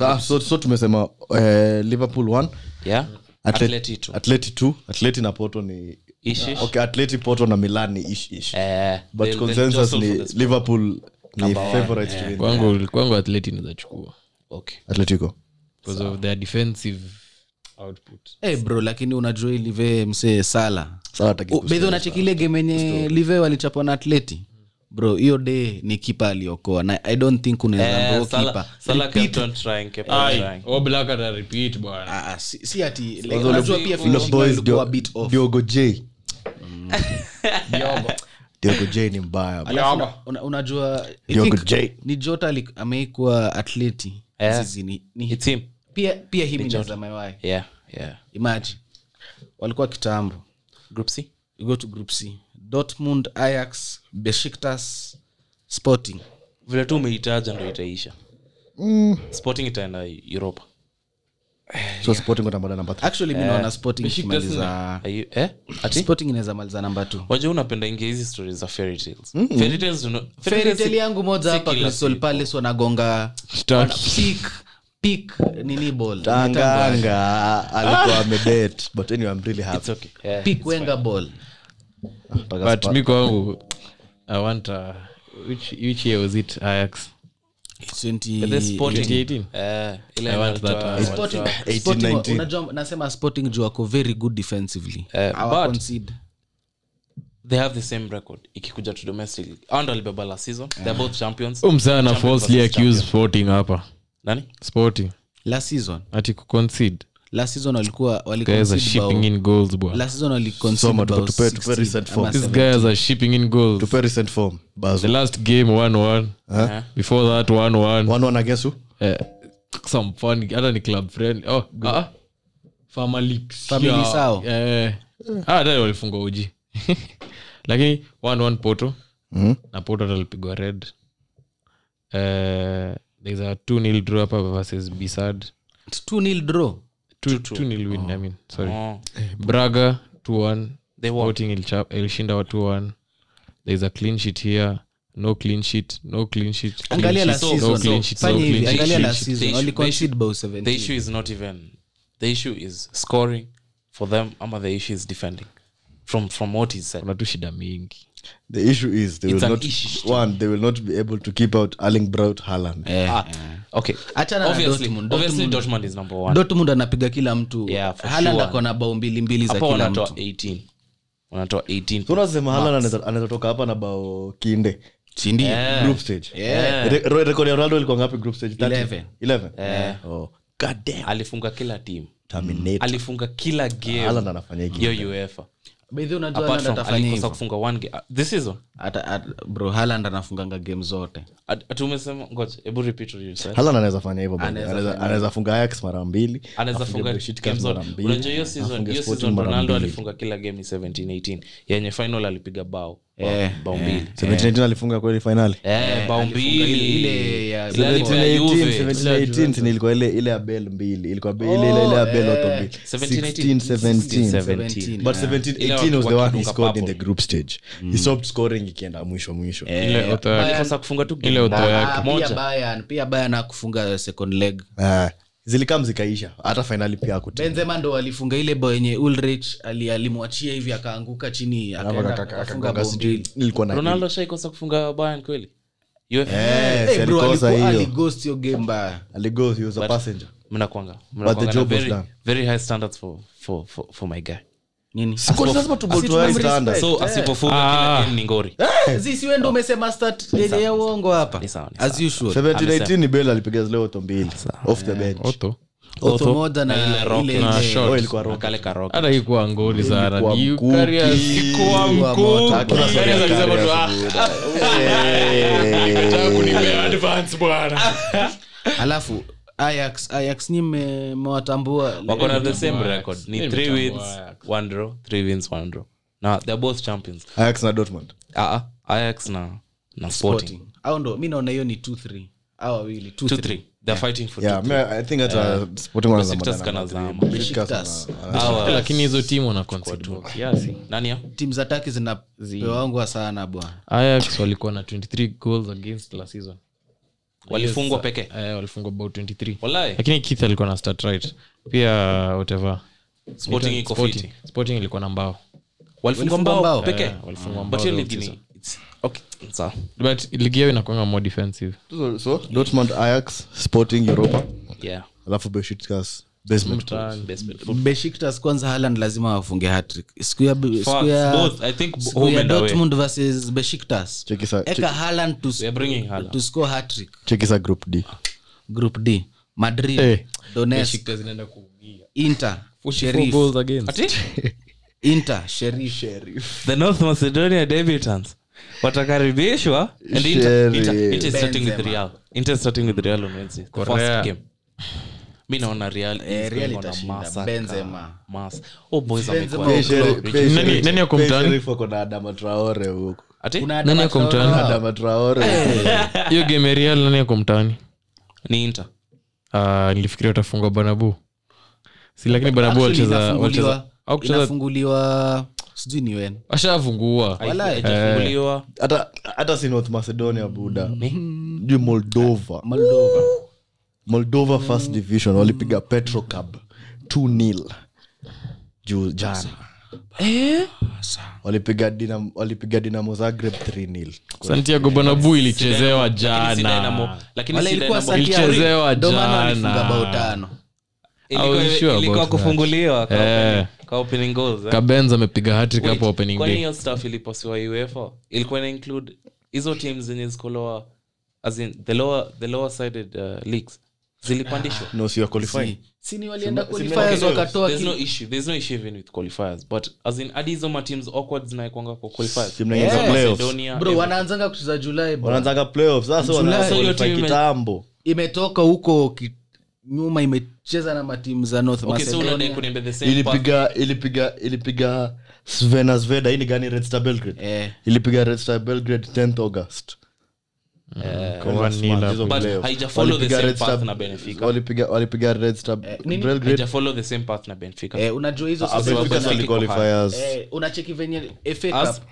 Speaker 3: Ah, so, so tumesema eh, liverpool one
Speaker 5: yeah
Speaker 3: Atlet-
Speaker 5: atleti two.
Speaker 3: atleti two atleti na porto ni
Speaker 5: Ishish.
Speaker 3: okay atleti porto na milan ni ish ish
Speaker 5: Eh,
Speaker 3: but
Speaker 5: they'll- they'll
Speaker 3: consensus
Speaker 5: jostle
Speaker 3: ni
Speaker 5: for the spot.
Speaker 3: liverpool ni
Speaker 5: Number one,
Speaker 3: favorites to win
Speaker 4: kwangu kwangu atleti nachukua
Speaker 5: okay
Speaker 3: atletico
Speaker 4: because of their defensive output
Speaker 2: Eh, bro lakini unajua ilive msee Oh, sala
Speaker 3: Salah
Speaker 5: Oh,
Speaker 3: hataki kusikia.
Speaker 2: bedhi unachekilia game enye live walichapwa na atleti bro hiyo day ni kipa aliokoa na i don't think unaweza
Speaker 5: Eh,
Speaker 2: mboo
Speaker 5: Salah-
Speaker 2: kipa
Speaker 5: Salah kept on trying, kept on trying.
Speaker 4: oh black ata repeat bwana
Speaker 2: Ah, ah, si si ati like,
Speaker 3: Although
Speaker 2: unajua
Speaker 3: the-
Speaker 2: pia
Speaker 3: the
Speaker 2: finishing
Speaker 3: boys
Speaker 2: yao ilikuwa
Speaker 3: Dio-
Speaker 2: bit off.
Speaker 3: diogo j diogo j ni mbaya bro.
Speaker 2: Alafu na- una- unajua I
Speaker 3: Diogo
Speaker 2: think
Speaker 3: J.
Speaker 2: ni jota ali- ameikuwa atleti
Speaker 5: Eh.
Speaker 2: Zizi ni- ni-
Speaker 5: It's him.
Speaker 2: pia pia himiazamewai
Speaker 5: Yeah, yeah.
Speaker 2: imagine walikuwa kitambo
Speaker 5: Group C?
Speaker 2: you go to group c dortmund ayax beshiktas sporting
Speaker 5: vile tu umeitaja ndo itaisha
Speaker 3: Mm.
Speaker 5: sporting itaenda europa
Speaker 3: so sporting watambana namba three.
Speaker 2: actually mi naona sporting
Speaker 5: Eh, Besiktas
Speaker 2: ikimaliza
Speaker 5: Are you- eh? Ati?
Speaker 2: sporting inaweza maliza namba t
Speaker 5: wajua unapenda ingia hizi stories za fairy tales fairy tales una- fairy tales
Speaker 2: feritel yangu moja
Speaker 5: si
Speaker 2: hapa
Speaker 5: kila
Speaker 2: crystal palace wanagonga wana pick pick nini ball
Speaker 3: tanganga alikuwa amebet but anyway, I'm really happy.
Speaker 5: Eh, It's okay. Yeah.
Speaker 2: pick wenga ball
Speaker 3: Nataka
Speaker 4: but
Speaker 3: Spa-
Speaker 4: mi kwangu i want uh, which, which year was it ayax
Speaker 5: The sporting.
Speaker 4: 2018?
Speaker 5: Eh, ile
Speaker 4: I want
Speaker 5: inaitwa-
Speaker 4: that one.
Speaker 5: what's
Speaker 2: Sporting-
Speaker 5: that?
Speaker 3: Eighteen,
Speaker 2: Sporting wa-
Speaker 3: nineteen.
Speaker 2: unajua nasema sporting juu wako very good defensively
Speaker 5: Eh,
Speaker 2: Hawa
Speaker 5: but-
Speaker 2: concede.
Speaker 5: they have the same record ikikuja to domestic league. hao ndo walibeba last season
Speaker 2: Uh-huh.
Speaker 5: they're both champions
Speaker 2: Oh.
Speaker 4: umsana
Speaker 5: Champions
Speaker 4: falsely
Speaker 5: versus
Speaker 4: accused sporting hapa
Speaker 5: nani
Speaker 4: sporting
Speaker 2: last season
Speaker 4: ati kuconcede
Speaker 2: last season walikuwa wali
Speaker 4: guys are
Speaker 2: concede bao-
Speaker 4: shipping in goals bwana
Speaker 2: last season wali
Speaker 3: Soma,
Speaker 2: concede
Speaker 3: tupe-
Speaker 2: bao
Speaker 3: tupe- tupe
Speaker 2: 16
Speaker 3: recent form.
Speaker 2: ama
Speaker 4: these
Speaker 2: 17.
Speaker 4: guys are shipping in goals
Speaker 3: tupe recent form
Speaker 4: the
Speaker 3: bazu
Speaker 4: last game 1-1
Speaker 2: Uh-huh.
Speaker 5: Eh?
Speaker 4: before that 1-1
Speaker 3: one one against who
Speaker 4: Eh, some fun hata ni club friend oh ah family
Speaker 2: Family
Speaker 4: yeah.
Speaker 2: sao.
Speaker 4: eh ah hata walifunga uji [LAUGHS] lakini 1-1 poto
Speaker 2: Mm-hmm.
Speaker 3: Mhm.
Speaker 4: na poto hata walipigwa red eh there's a 2-0 draw hapa versus bisad
Speaker 2: 2-0 draw
Speaker 4: 2-0 win i mean sorry
Speaker 5: Oh,
Speaker 4: braga 2-1
Speaker 5: they won
Speaker 4: Sporting ilicha- ilishinda wa 2-1 there's a clean sheet here no clean sheet no clean sheet clean
Speaker 2: angalia
Speaker 4: sheet,
Speaker 2: last
Speaker 5: so-
Speaker 4: no
Speaker 2: season
Speaker 4: clean sheet
Speaker 2: fanya
Speaker 4: no
Speaker 2: hivi
Speaker 4: clean
Speaker 2: angalia
Speaker 4: sheet
Speaker 2: last season
Speaker 5: issue-
Speaker 2: wali
Speaker 5: the
Speaker 2: concede bao
Speaker 5: the
Speaker 2: 17
Speaker 5: issue is not even the issue is scoring for them ama the issue is defending from from what he said
Speaker 4: kuna tu shida mingi
Speaker 3: the issue is they
Speaker 5: It's
Speaker 3: will
Speaker 5: an
Speaker 3: not
Speaker 5: issue.
Speaker 3: one they will not be able to keep out erling braut haaland
Speaker 2: Eh,
Speaker 5: Ah,
Speaker 2: eh.
Speaker 5: okay
Speaker 2: Achana na
Speaker 5: obviously
Speaker 2: Dortmund.
Speaker 5: obviously
Speaker 2: Dortmund-
Speaker 5: Dortmund is number one
Speaker 2: dortmund anapiga kila mtu
Speaker 5: Yeah, for
Speaker 2: Haaland
Speaker 5: sure.
Speaker 2: ako na bao mbili mbili za
Speaker 5: hapo
Speaker 2: kila
Speaker 5: wanatoa
Speaker 2: mtu
Speaker 5: 18 wanatoa 18
Speaker 3: so unasema haaland anaweza- anaweza toka hapa na bao kinde
Speaker 2: Si ndio?
Speaker 5: Eh,
Speaker 3: group stage
Speaker 5: eh,
Speaker 3: Re- re- record ya ronaldo ilikuwa ngapi group stage 30?
Speaker 2: Eleven.
Speaker 3: 11?
Speaker 5: Eh.
Speaker 3: Oh, god damn
Speaker 5: alifunga kila team
Speaker 3: terminate
Speaker 5: alifunga kila
Speaker 3: haaland
Speaker 5: game
Speaker 3: anafanya hiki
Speaker 5: hiyo uefa
Speaker 2: By the way, unajua
Speaker 5: apart
Speaker 2: Haaland
Speaker 5: from
Speaker 2: atafanya
Speaker 5: alikosa
Speaker 2: hivyo.
Speaker 5: kufunga one game this season
Speaker 2: Ata- at- bro Haaland anafunganga game zote
Speaker 5: At- at umesema ngoja hebu repeat what you said
Speaker 3: haaland anaweza fanya hivyo by the way.
Speaker 2: Anaweza
Speaker 3: Anaweza-
Speaker 2: fanya
Speaker 3: anaweza funga ax mara mbili
Speaker 5: anaweza
Speaker 3: afunge
Speaker 5: funga
Speaker 3: Besiktas
Speaker 5: games
Speaker 3: mara
Speaker 5: zote.
Speaker 3: mbili,
Speaker 5: unajua hiyo season
Speaker 3: afunge
Speaker 5: hiyo
Speaker 3: Sporting
Speaker 5: season
Speaker 3: mara
Speaker 5: ronaldo
Speaker 3: mbili.
Speaker 5: alifunga kila game 1718 yenye final alipiga bao bao-
Speaker 2: Eh,
Speaker 5: bao
Speaker 2: eh.
Speaker 5: mbili
Speaker 3: 17 alifunga kweli finali
Speaker 5: Eh, bao mbili
Speaker 2: ile ya-
Speaker 5: Ile alifunga Juve. Oh,
Speaker 3: 17 ilikuwa ile ile ya bel mbili ilikuwa be- ile ile ile ya
Speaker 5: eh.
Speaker 3: bel auto mbili
Speaker 5: 17,
Speaker 3: 16 17
Speaker 2: 17.
Speaker 3: but 17
Speaker 5: Ile
Speaker 3: 18 was the
Speaker 5: wakiruka
Speaker 3: one he scored in
Speaker 5: papo.
Speaker 3: the group stage
Speaker 5: Mm.
Speaker 3: he stopped scoring ikienda mwisho mwisho
Speaker 5: Eh.
Speaker 4: ile oto yake
Speaker 5: alikosa kufunga tu
Speaker 4: Ile
Speaker 5: game
Speaker 4: utoa
Speaker 5: moja.
Speaker 4: yake.
Speaker 2: Ah, pia Bayern- pia bayan akufunga second leg
Speaker 3: Ah, zilikam zikaisha hata finali pia akuti
Speaker 2: benzema ndo alifunga ile bao yenye ulrich ali alimwachia hivi akaanguka chini akaenda akafunga bao mbili
Speaker 3: ilikuwa na
Speaker 5: ronaldo shaikosa kufunga bayern kweli UEFA.
Speaker 3: Eh, si
Speaker 2: Hey, bro,
Speaker 3: alikosa
Speaker 2: alikuwa-
Speaker 3: hiyo
Speaker 2: alighost hiyo game mbaya
Speaker 3: aligo he was a passenger
Speaker 5: mnakwanga
Speaker 3: But the
Speaker 5: mnakwanga na
Speaker 3: job was
Speaker 5: very,
Speaker 3: done.
Speaker 5: very high standards for, for, for, for my guy
Speaker 2: nini
Speaker 3: Kwani lazima tugo to high standards?
Speaker 5: so asipofunga
Speaker 4: Ah.
Speaker 5: kila game ni ngori
Speaker 2: zisiwe
Speaker 5: oh.
Speaker 2: ndo umesema start yenye ya uongo hapa
Speaker 5: Ni sawa, ni
Speaker 2: as usual
Speaker 3: 17 18 ni bel alipiga zile oto mbili off the bench
Speaker 4: oto
Speaker 2: Otho moja na
Speaker 5: rock
Speaker 2: ile
Speaker 5: na
Speaker 2: yenye-
Speaker 3: oh ilikuwa
Speaker 5: Na
Speaker 3: rock
Speaker 5: kale karoka
Speaker 4: hata ikuwa ngoli sana
Speaker 3: Ilikuwa
Speaker 4: Ni
Speaker 3: mkuki.
Speaker 4: Ukarias- Ilikuwa
Speaker 3: Ilikuwa
Speaker 4: mkuki.
Speaker 3: moto. Hakuna
Speaker 4: Ukarias
Speaker 3: sababu
Speaker 4: akisema
Speaker 3: ya
Speaker 4: tu, ah, nataka kunipea advance bwana
Speaker 2: alafu ayax ayax nyi mme- mmewatambua
Speaker 5: wako na the same record
Speaker 4: Mimi
Speaker 5: ni three
Speaker 4: nimetambua
Speaker 5: wins one draw three wins one draw na they're both champions
Speaker 3: ajax na dortmund
Speaker 5: ah ah, ajax na na sporting
Speaker 2: Sporting. au ndo mi naona hiyo ni 2-3 au wawili 2-3.
Speaker 5: 2 3 they're fighting for
Speaker 3: yeah
Speaker 5: 2
Speaker 3: me, i think hata sporting wanazama
Speaker 5: Besiktas
Speaker 3: na-
Speaker 5: kanazama.
Speaker 3: Besiktas
Speaker 2: Besiktas.
Speaker 3: wana-
Speaker 4: lakini hizo timu wana concede goal kiasi
Speaker 5: nani ya
Speaker 2: timu za taki zinapewangwa sana bwana
Speaker 4: ayax walikuwa na 23 goals against last season
Speaker 5: walifungwa pekee
Speaker 4: Eh, walifungwa about 23
Speaker 5: Walai.
Speaker 4: lakini keith alikuwa na start right pia whatever
Speaker 5: sporting iko
Speaker 4: Sporting-
Speaker 5: fiti
Speaker 4: sporting ilikuwa na mbao
Speaker 5: walifungwa
Speaker 2: mbao.
Speaker 5: mbao pekee
Speaker 4: Eh, walifungwa
Speaker 5: but
Speaker 4: mbao
Speaker 5: hiyo
Speaker 4: the
Speaker 5: ligi
Speaker 4: whole
Speaker 5: ni it's okay sawa
Speaker 4: but ligi yao inakwanga
Speaker 5: [LAUGHS]
Speaker 4: more defensive
Speaker 3: So- so dortmund ajax sporting europa
Speaker 5: yeah
Speaker 3: alafu besiktas basement
Speaker 5: best bet
Speaker 2: beshiktas kwanza haland lazima wafunge hatrick siku ya siku
Speaker 5: Facts,
Speaker 2: ya
Speaker 5: both i think b-
Speaker 2: siku
Speaker 5: home
Speaker 2: ya
Speaker 5: and away
Speaker 2: dortmund versus beshiktas
Speaker 3: Check this out,
Speaker 2: eka haland to,
Speaker 5: we are bringing Haaland.
Speaker 2: to score hatrick
Speaker 3: check isa group d
Speaker 2: group d madrid
Speaker 4: Eh.
Speaker 2: donetsk inter sherif
Speaker 5: ati
Speaker 2: inter sherif
Speaker 5: the north macedonia debutants watakaribishwa and Inter-
Speaker 3: Sherry.
Speaker 5: Inter- Inter is starting with
Speaker 2: Benzema.
Speaker 5: Real. Inter is starting with Real on Wednesday, the first
Speaker 4: Korea.
Speaker 5: game. mi naona Real is
Speaker 2: Eh, Real
Speaker 5: going on a
Speaker 2: itashinda.
Speaker 5: massacre.
Speaker 2: Benzema.
Speaker 5: Mass- Oh, boys
Speaker 2: Benzema
Speaker 5: amekuwa-
Speaker 2: will go.
Speaker 5: Richie-
Speaker 4: Nani- nani ako mtaani?
Speaker 3: na adama traore huko
Speaker 5: Ati?
Speaker 2: Kuna
Speaker 4: Nani ako
Speaker 2: Adama
Speaker 4: mtaani?
Speaker 2: Traore.
Speaker 3: adama traore
Speaker 4: hiyo game ya real nani ako mtaani
Speaker 5: ni Inter.
Speaker 4: Ah, nilifikiria utafungwa banabu si lakini banabu
Speaker 2: Actually,
Speaker 4: walicheza
Speaker 2: inafunguliwa
Speaker 4: walicheza- au kucheza
Speaker 2: inafunguliwa sijui ni wen
Speaker 4: ashafungua
Speaker 2: Walai.
Speaker 5: Haijafunguliwa.
Speaker 3: hata hata si north macedonia buda juu moldova
Speaker 2: moldova
Speaker 3: moldova first division walipiga petro cab 2 nil juu jana walipiga dinam walipiga dinamo zagreb 3 nil
Speaker 4: santiago banabu ilichezewa
Speaker 5: Lakini si
Speaker 4: jana
Speaker 5: Dynamo- lakini
Speaker 2: wala
Speaker 5: si
Speaker 2: ilikuwa
Speaker 5: Dynamo-
Speaker 2: sati ya Ori.
Speaker 4: Ilichezewa
Speaker 2: Ndio maana
Speaker 4: jana.
Speaker 2: walifunga bao tano
Speaker 5: Ilikuwa-
Speaker 4: Are you sure
Speaker 5: ilikuwa
Speaker 4: about that?
Speaker 5: kufunguliwa kwa
Speaker 4: Eh.
Speaker 5: opening- kwa opening goals, eh?
Speaker 4: kabenz amepiga hattrick
Speaker 5: Wait,
Speaker 4: hapo opening
Speaker 5: kwani
Speaker 4: day
Speaker 5: hiyo stuff iliposiwa uefa ilikuwa ina include hizo team zenye ziko lower as in the lower the lower sided uh, leagues zilipandishwa
Speaker 3: no sio qualifying
Speaker 2: sini walienda
Speaker 3: Simba-
Speaker 2: Ah. qualifiers
Speaker 3: Simba-
Speaker 2: wakatoa
Speaker 5: there's
Speaker 2: ki-
Speaker 5: no issue there's no issue even with qualifiers but as in hadi hizo mateams awkward zinaekwanga kwa qualifiers
Speaker 3: Si mnaingiza
Speaker 2: Yeah.
Speaker 3: playoffs.
Speaker 5: Macedonia,
Speaker 2: bro
Speaker 5: everything.
Speaker 2: wanaanzanga kucheza julai bro.
Speaker 3: wanaanzaga playoffs sasa
Speaker 2: July.
Speaker 3: wanaanza
Speaker 5: Hiyo
Speaker 3: qualify
Speaker 5: team ime-
Speaker 3: kitambo
Speaker 2: imetoka huko ki- nyuma imecheza na matimu za north
Speaker 5: okay so unadai
Speaker 2: macedonia
Speaker 5: kuniambia the same path
Speaker 3: ilipiga ilipiga ilipiga svena sveda hii ni gani red star belgrade
Speaker 2: Eh.
Speaker 3: ilipiga red star belgrade 10th august Kwa
Speaker 4: One
Speaker 3: last
Speaker 4: nil
Speaker 3: month,
Speaker 4: up.
Speaker 3: hizo
Speaker 5: Eh, But
Speaker 3: playoffs.
Speaker 5: haijafollow the
Speaker 3: Walipiga
Speaker 5: same
Speaker 3: Red
Speaker 5: path
Speaker 3: Star-
Speaker 5: na Benfica. Eh,
Speaker 3: walipiga walipiga red star
Speaker 2: nini?
Speaker 3: belgrade
Speaker 5: haijafollow the same path na benfica
Speaker 2: Eh, unajua hizo
Speaker 3: Ah,
Speaker 2: sasa-
Speaker 5: sababu
Speaker 3: Benfica
Speaker 5: Benfica
Speaker 3: wali
Speaker 5: iko high.
Speaker 3: qualifiers.
Speaker 2: Eh, unacheki venye FA
Speaker 5: As-
Speaker 2: Cup.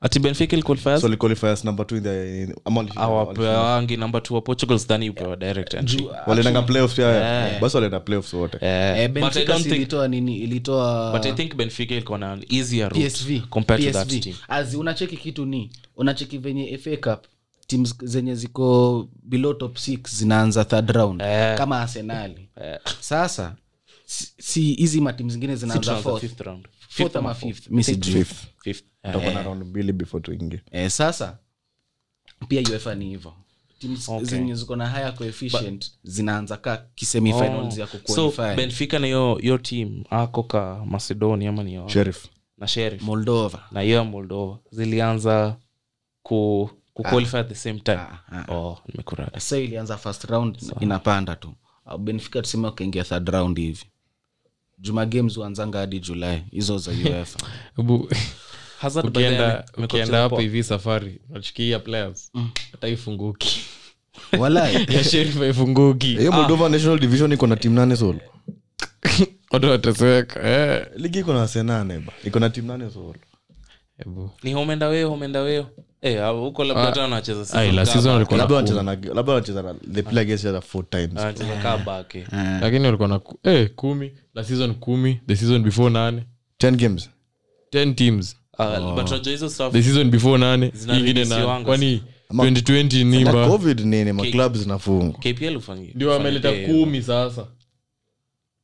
Speaker 5: ati benfica
Speaker 3: So
Speaker 5: iliqualifiers
Speaker 3: wali qualifiers number two in the- in- ama walishinda- walishinda.
Speaker 5: awapewangi number two wa portugal sidhani upewa direct entry
Speaker 3: waliendanga playoffs ya- basi walienda playoffs wote
Speaker 5: Eh,
Speaker 2: Eh,
Speaker 5: but I
Speaker 2: Benfica
Speaker 5: don't
Speaker 2: si
Speaker 5: think-
Speaker 2: ilitoa nini ilitoa
Speaker 5: but i think benfica ilikuwa na an easier route
Speaker 2: psv
Speaker 5: compared to
Speaker 2: PSV.
Speaker 5: that team
Speaker 2: As unacheki kitu ni unacheki venye fa cup teams zenye ziko below top 6 zinaanza third round
Speaker 5: Eh.
Speaker 2: kama arsenali sasa si- si hizi matimu zingine zinaanza
Speaker 5: Tunaanza
Speaker 2: fourth.
Speaker 5: fifth round.
Speaker 2: Fourth ama fifth, mi sijui.
Speaker 3: Fifth.
Speaker 5: Fifth.
Speaker 3: Tuko
Speaker 5: Eh.
Speaker 3: na round mbili before tuingie
Speaker 2: Eh, sasa pia uefa ni hivyo teams zenye ziko na higher coefficient zinaanza ka kisemifinals ya
Speaker 5: Oh. so
Speaker 2: kuqualify
Speaker 5: benfica na hiyo hiyo team ako ka macedonia ama ni yo-
Speaker 3: sheriff
Speaker 5: na sheriff
Speaker 2: moldova
Speaker 5: na hiyo ya moldova zilianza ku kuqualify at the same time
Speaker 2: Ah, ah.
Speaker 5: oh nimekura
Speaker 2: sa ilianza first round inapanda tu Au benfica tuseme wakaingia third round hivi juma games huanzanga hadi julai hizo
Speaker 5: [LAUGHS]
Speaker 2: za uefa
Speaker 4: Hebu-
Speaker 5: hazard by the way,
Speaker 4: ukienda
Speaker 5: amekuwa
Speaker 4: ukienda
Speaker 5: akicheza
Speaker 4: hapo
Speaker 5: poa.
Speaker 4: hivi safari unachikia players
Speaker 5: Mm.
Speaker 4: hata [LAUGHS] ifunguki
Speaker 2: walai
Speaker 4: ya sheriff haifunguki
Speaker 3: Eh,
Speaker 5: Ah.
Speaker 3: hiyo moldova national division iko na timu nane solo
Speaker 4: watu wateseka eh.
Speaker 3: ligi iko na se nane ba iko na timu nane solo
Speaker 4: Hebu.
Speaker 5: ni home and away home and away eh ah, huko labda hata wanacheza
Speaker 4: Ai, la season walikuwa na
Speaker 3: labda
Speaker 4: kumi.
Speaker 3: wanacheza na labda wanacheza na they play against each other four times
Speaker 5: anacheza kabake
Speaker 4: lakini walikuwa na ku- eh, kumi la season kumi the season before nane
Speaker 3: 10 games
Speaker 4: 10 teams
Speaker 5: Ah, but unajua hizo stuff
Speaker 4: the season before nane
Speaker 5: Zina
Speaker 4: ingine na
Speaker 5: release-iwanga.
Speaker 4: kwani
Speaker 3: Ama-
Speaker 4: 2020
Speaker 3: na
Speaker 4: nimba
Speaker 3: covid nini maklabu zinafungwa
Speaker 5: kpl ufanyi
Speaker 4: ndio wameleta kumi sasa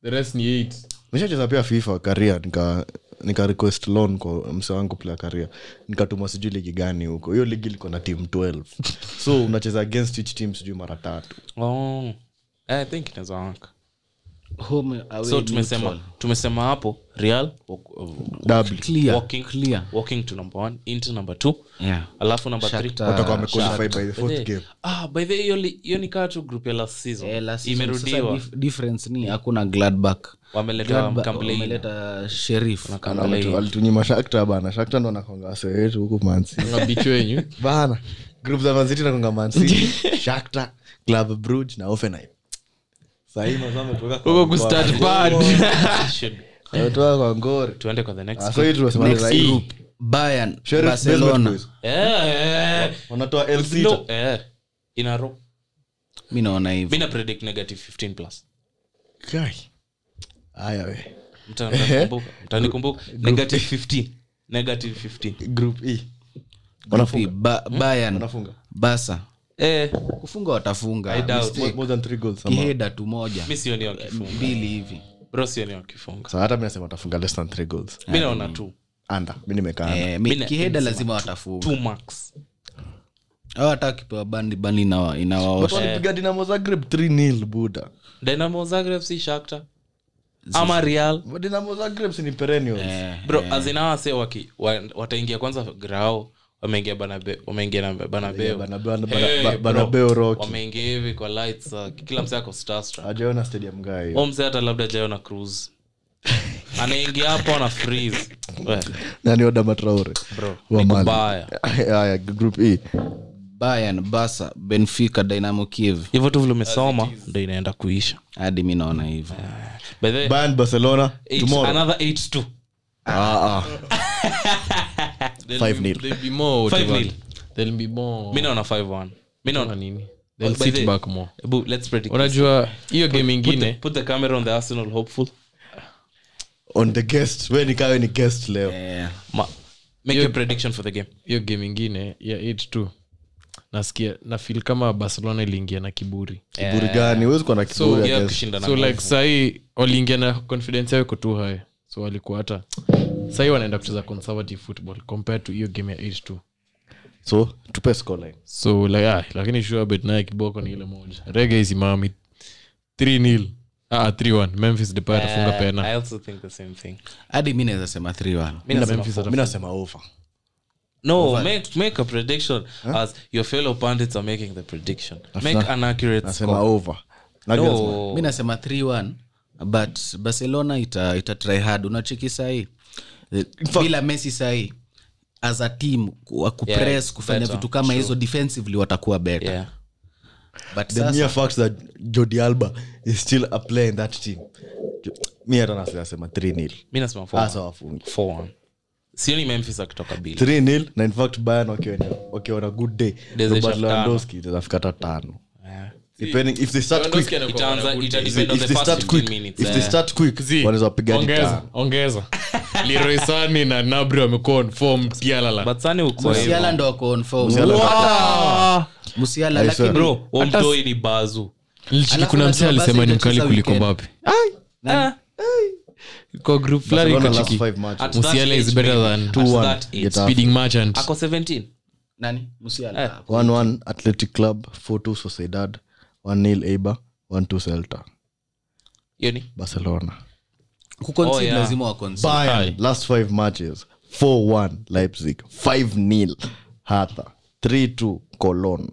Speaker 4: the rest ni eight.
Speaker 3: nishacheza pia fifa karia nika nika request loan kwa mse wangu playa karia nikatuma sijui ligi gani huko hiyo ligi liko na timu 12 so unacheza against each team sijui mara tatu
Speaker 5: oh i think inaweza wanka
Speaker 2: home away
Speaker 5: so tumesema
Speaker 2: neutral.
Speaker 5: tumesema hapo real wak- uh,
Speaker 3: Double.
Speaker 2: Clear,
Speaker 5: Walking.
Speaker 2: clear.
Speaker 5: walking to number one into number two
Speaker 2: Yeah.
Speaker 5: alafu number three
Speaker 2: Shakhtar.
Speaker 3: watakuwa
Speaker 2: Ah,
Speaker 3: wamequalify by the fourth game
Speaker 5: ah by the way, hiyo li- hiyo ni kaa tu group ya last season
Speaker 2: Eh, last season, sasa
Speaker 5: imerudiwa
Speaker 2: dif- difference ni hakuna gladback
Speaker 5: wameleta
Speaker 2: Gladbach
Speaker 5: mkamblei
Speaker 2: wameleta sherif
Speaker 3: Na walitu- walitunyima shakta bana shakta ndo nakonga wase wetu huku mansi
Speaker 4: Mabicho wenyu
Speaker 3: [LAUGHS] bana grup za manziti nakonga mansi shakta club bruge na ofenheim sahii
Speaker 4: huko kustart bad
Speaker 2: Oh.
Speaker 5: [LAUGHS]
Speaker 3: kutoka kwa ngori
Speaker 5: tuende kwa the next
Speaker 3: Ah, so hii tunasema ni za hii group.
Speaker 2: bayern
Speaker 3: Sheriff
Speaker 2: barcelona
Speaker 3: Basement Boys.
Speaker 5: Eh, eh,
Speaker 3: wanatoa lc
Speaker 5: no, eh, in a row
Speaker 2: mi naona hivi
Speaker 5: mi na predict negative 15 plus
Speaker 3: Kai. Aya we.
Speaker 5: Mta-
Speaker 3: Eh?
Speaker 5: mtanikumbuka mtanikumbuka negative 15 negative 15
Speaker 3: Group E.
Speaker 5: E.
Speaker 2: Pi- ba- bayern
Speaker 3: Wanafunga.
Speaker 2: basa
Speaker 5: eh
Speaker 2: kufunga watafunga
Speaker 5: doubt.
Speaker 2: Mistake.
Speaker 3: More- more than three goals, ama-
Speaker 2: kiheda tu moja
Speaker 5: mi sioni wakifunga
Speaker 2: mbili hivi
Speaker 5: bro sioni wakifunga
Speaker 3: Sasa hata mi nasema watafunga less than three goals.
Speaker 5: mi naona tu
Speaker 3: Under. mi nimekaa under.
Speaker 2: Eh, mi-
Speaker 5: Mina-
Speaker 2: kiheda
Speaker 5: minasema
Speaker 2: lazima watafunga
Speaker 5: two max
Speaker 2: au hata wakipewa bandi bandi inawa-
Speaker 3: Watu
Speaker 2: inawaosha
Speaker 3: walipiga Dinamo Zagreb 3-0 buda.
Speaker 5: dynamo zagreb si shakta ama real
Speaker 3: But Dinamo Zagreb si ni perennials.
Speaker 5: bro azinawase waki wa- wataingia kwanza grao wameingia Banabe- wameingia na banabeo
Speaker 3: Bana- bana-
Speaker 5: Hey,
Speaker 3: bana-
Speaker 5: bro.
Speaker 3: Banabeo Rock.
Speaker 5: wameingia hivi kwa lights uh, kila msee ako starstruck.
Speaker 3: Hajaona stadium guy.
Speaker 5: Huyo msee hata labda jaona
Speaker 3: [LAUGHS]
Speaker 5: cruise anaingia hapo ana freeze We,
Speaker 3: Nani Adama Traore?
Speaker 5: bro,
Speaker 3: Wa
Speaker 5: ni
Speaker 3: Mali.
Speaker 5: kubaya.
Speaker 3: Haya, group E.
Speaker 2: bayern basa benfica dynamo kiev
Speaker 5: hivyo tu vile umesoma ndo inaenda kuisha
Speaker 2: hadi mi naona hivo
Speaker 5: By the way,
Speaker 3: Bayern, Barcelona,
Speaker 5: eight-
Speaker 3: tomorrow.
Speaker 5: another eight two.
Speaker 3: Ah, ah.
Speaker 5: [LAUGHS]
Speaker 3: Five nil.
Speaker 4: They'll be more
Speaker 5: Five
Speaker 4: whatever.
Speaker 5: nil.
Speaker 4: They'll be more-
Speaker 5: mi naona 5-1. Mi naona-
Speaker 4: Ama nini? They'll
Speaker 5: By
Speaker 4: sit
Speaker 5: the-
Speaker 4: back more.
Speaker 5: Ebu, let's predict this.
Speaker 4: unajua hiyo game
Speaker 5: Put the-
Speaker 4: ingine
Speaker 5: put the camera on the Arsenal hopeful.
Speaker 3: On the guest. We ni kawe ni guest leo.
Speaker 5: Ma- make your prediction for the game
Speaker 4: hiyo game ingine ya 8-2 nasikia nafil kama barcelona iliingia na kiburi
Speaker 3: Kiburi gani? Huwezi kuwa na kiburi
Speaker 5: Yeah,
Speaker 3: against-
Speaker 5: kushinda na
Speaker 4: so
Speaker 5: nguvu.
Speaker 4: like sahii waliingia na confidence yao iko tu high so walikuwa hata sahii wanaenda kucheza conservative football compared to hiyo game ya 8-2
Speaker 3: So, tupe scoreline.
Speaker 4: so like, ah, lakini shuabet naye kiboko ni ile moja rege isimami 3 nil ah, 3-1 memphis depay atafunga
Speaker 5: Uh,
Speaker 4: pena
Speaker 5: I also think the same thing.
Speaker 2: hadi mi naweza sema 3-1.
Speaker 5: Mi nasema
Speaker 4: Memphis
Speaker 5: four.
Speaker 3: Mi nasema over.
Speaker 5: No, make make a prediction as your fellow pundits are making the prediction. Make an accurate
Speaker 3: Nasema
Speaker 5: score.
Speaker 3: over. Nagelsmann.
Speaker 5: No.
Speaker 2: mi nasema 3-1, but barcelona ita, ita try hard unacheki sahii bila messi sahii as a team wa kupress
Speaker 5: Yeah,
Speaker 2: kufanya
Speaker 5: better.
Speaker 2: vitu kama hizo defensively watakuwa better
Speaker 5: Yeah.
Speaker 2: but
Speaker 3: the
Speaker 2: sasa
Speaker 3: mere fact that jodi alba is still a player in that team Jo- mi hata nasema 3 nil Ah,
Speaker 5: Mi nasema four.
Speaker 3: hasa wafungi
Speaker 5: Four one. Sioni Memphis akitoka bila.
Speaker 3: 3 nil na in fact bayern wakiwa na- wakiwa na good day
Speaker 5: Dezesha
Speaker 3: robert
Speaker 5: tano.
Speaker 3: lewandowski itazafika hata tano
Speaker 5: Yeah.
Speaker 3: depending if they start
Speaker 4: Lewandowski
Speaker 3: quick
Speaker 4: anakuwa
Speaker 5: Itaanza
Speaker 4: good
Speaker 5: ita
Speaker 4: days.
Speaker 5: depend on
Speaker 3: if
Speaker 5: the
Speaker 3: they
Speaker 5: first
Speaker 3: start
Speaker 5: 15
Speaker 3: quick
Speaker 5: minzi.
Speaker 3: if they start quick
Speaker 5: eh.
Speaker 3: wanaweza piga
Speaker 4: ongeza
Speaker 3: ditano.
Speaker 4: ongeza leroy sani na nabri wamekuwa on form tialala
Speaker 5: But Sane uko
Speaker 2: musiala
Speaker 5: hivyo.
Speaker 2: ndo wako on form.
Speaker 3: Musiala ndo-
Speaker 2: Wow!
Speaker 3: Ah!
Speaker 2: musiala
Speaker 3: I swear.
Speaker 2: lakini
Speaker 5: Bro, huo mtoi ni bazu.
Speaker 4: Lichiki
Speaker 2: Alafu
Speaker 4: kuna
Speaker 2: unajua
Speaker 4: msee alisema
Speaker 2: basi
Speaker 4: ni mkali
Speaker 2: itacheza
Speaker 4: kuliko
Speaker 2: weekend.
Speaker 4: mbape kwa group fulani
Speaker 3: Barcelona
Speaker 4: iko
Speaker 3: last
Speaker 4: chiki.
Speaker 3: five matches.
Speaker 5: Eh, At that
Speaker 4: Musiala is
Speaker 5: age,
Speaker 4: better
Speaker 5: maybe.
Speaker 4: than
Speaker 5: At
Speaker 3: 2-1.
Speaker 5: that age.
Speaker 3: Get up.
Speaker 4: Speeding merchant
Speaker 5: Ako 17.
Speaker 2: nani
Speaker 5: Eh.
Speaker 2: musiala
Speaker 3: 1-1 athletic club 4-2 sociedad 1 nil eibar 1-2 celta
Speaker 5: Hiyo ni-
Speaker 3: barcelona
Speaker 2: kuconcede
Speaker 5: Oh, yeah.
Speaker 2: lazima waconcede.
Speaker 3: Bayern, last five matches 4-1 leipzig 5-0 hatha 3-2 cologne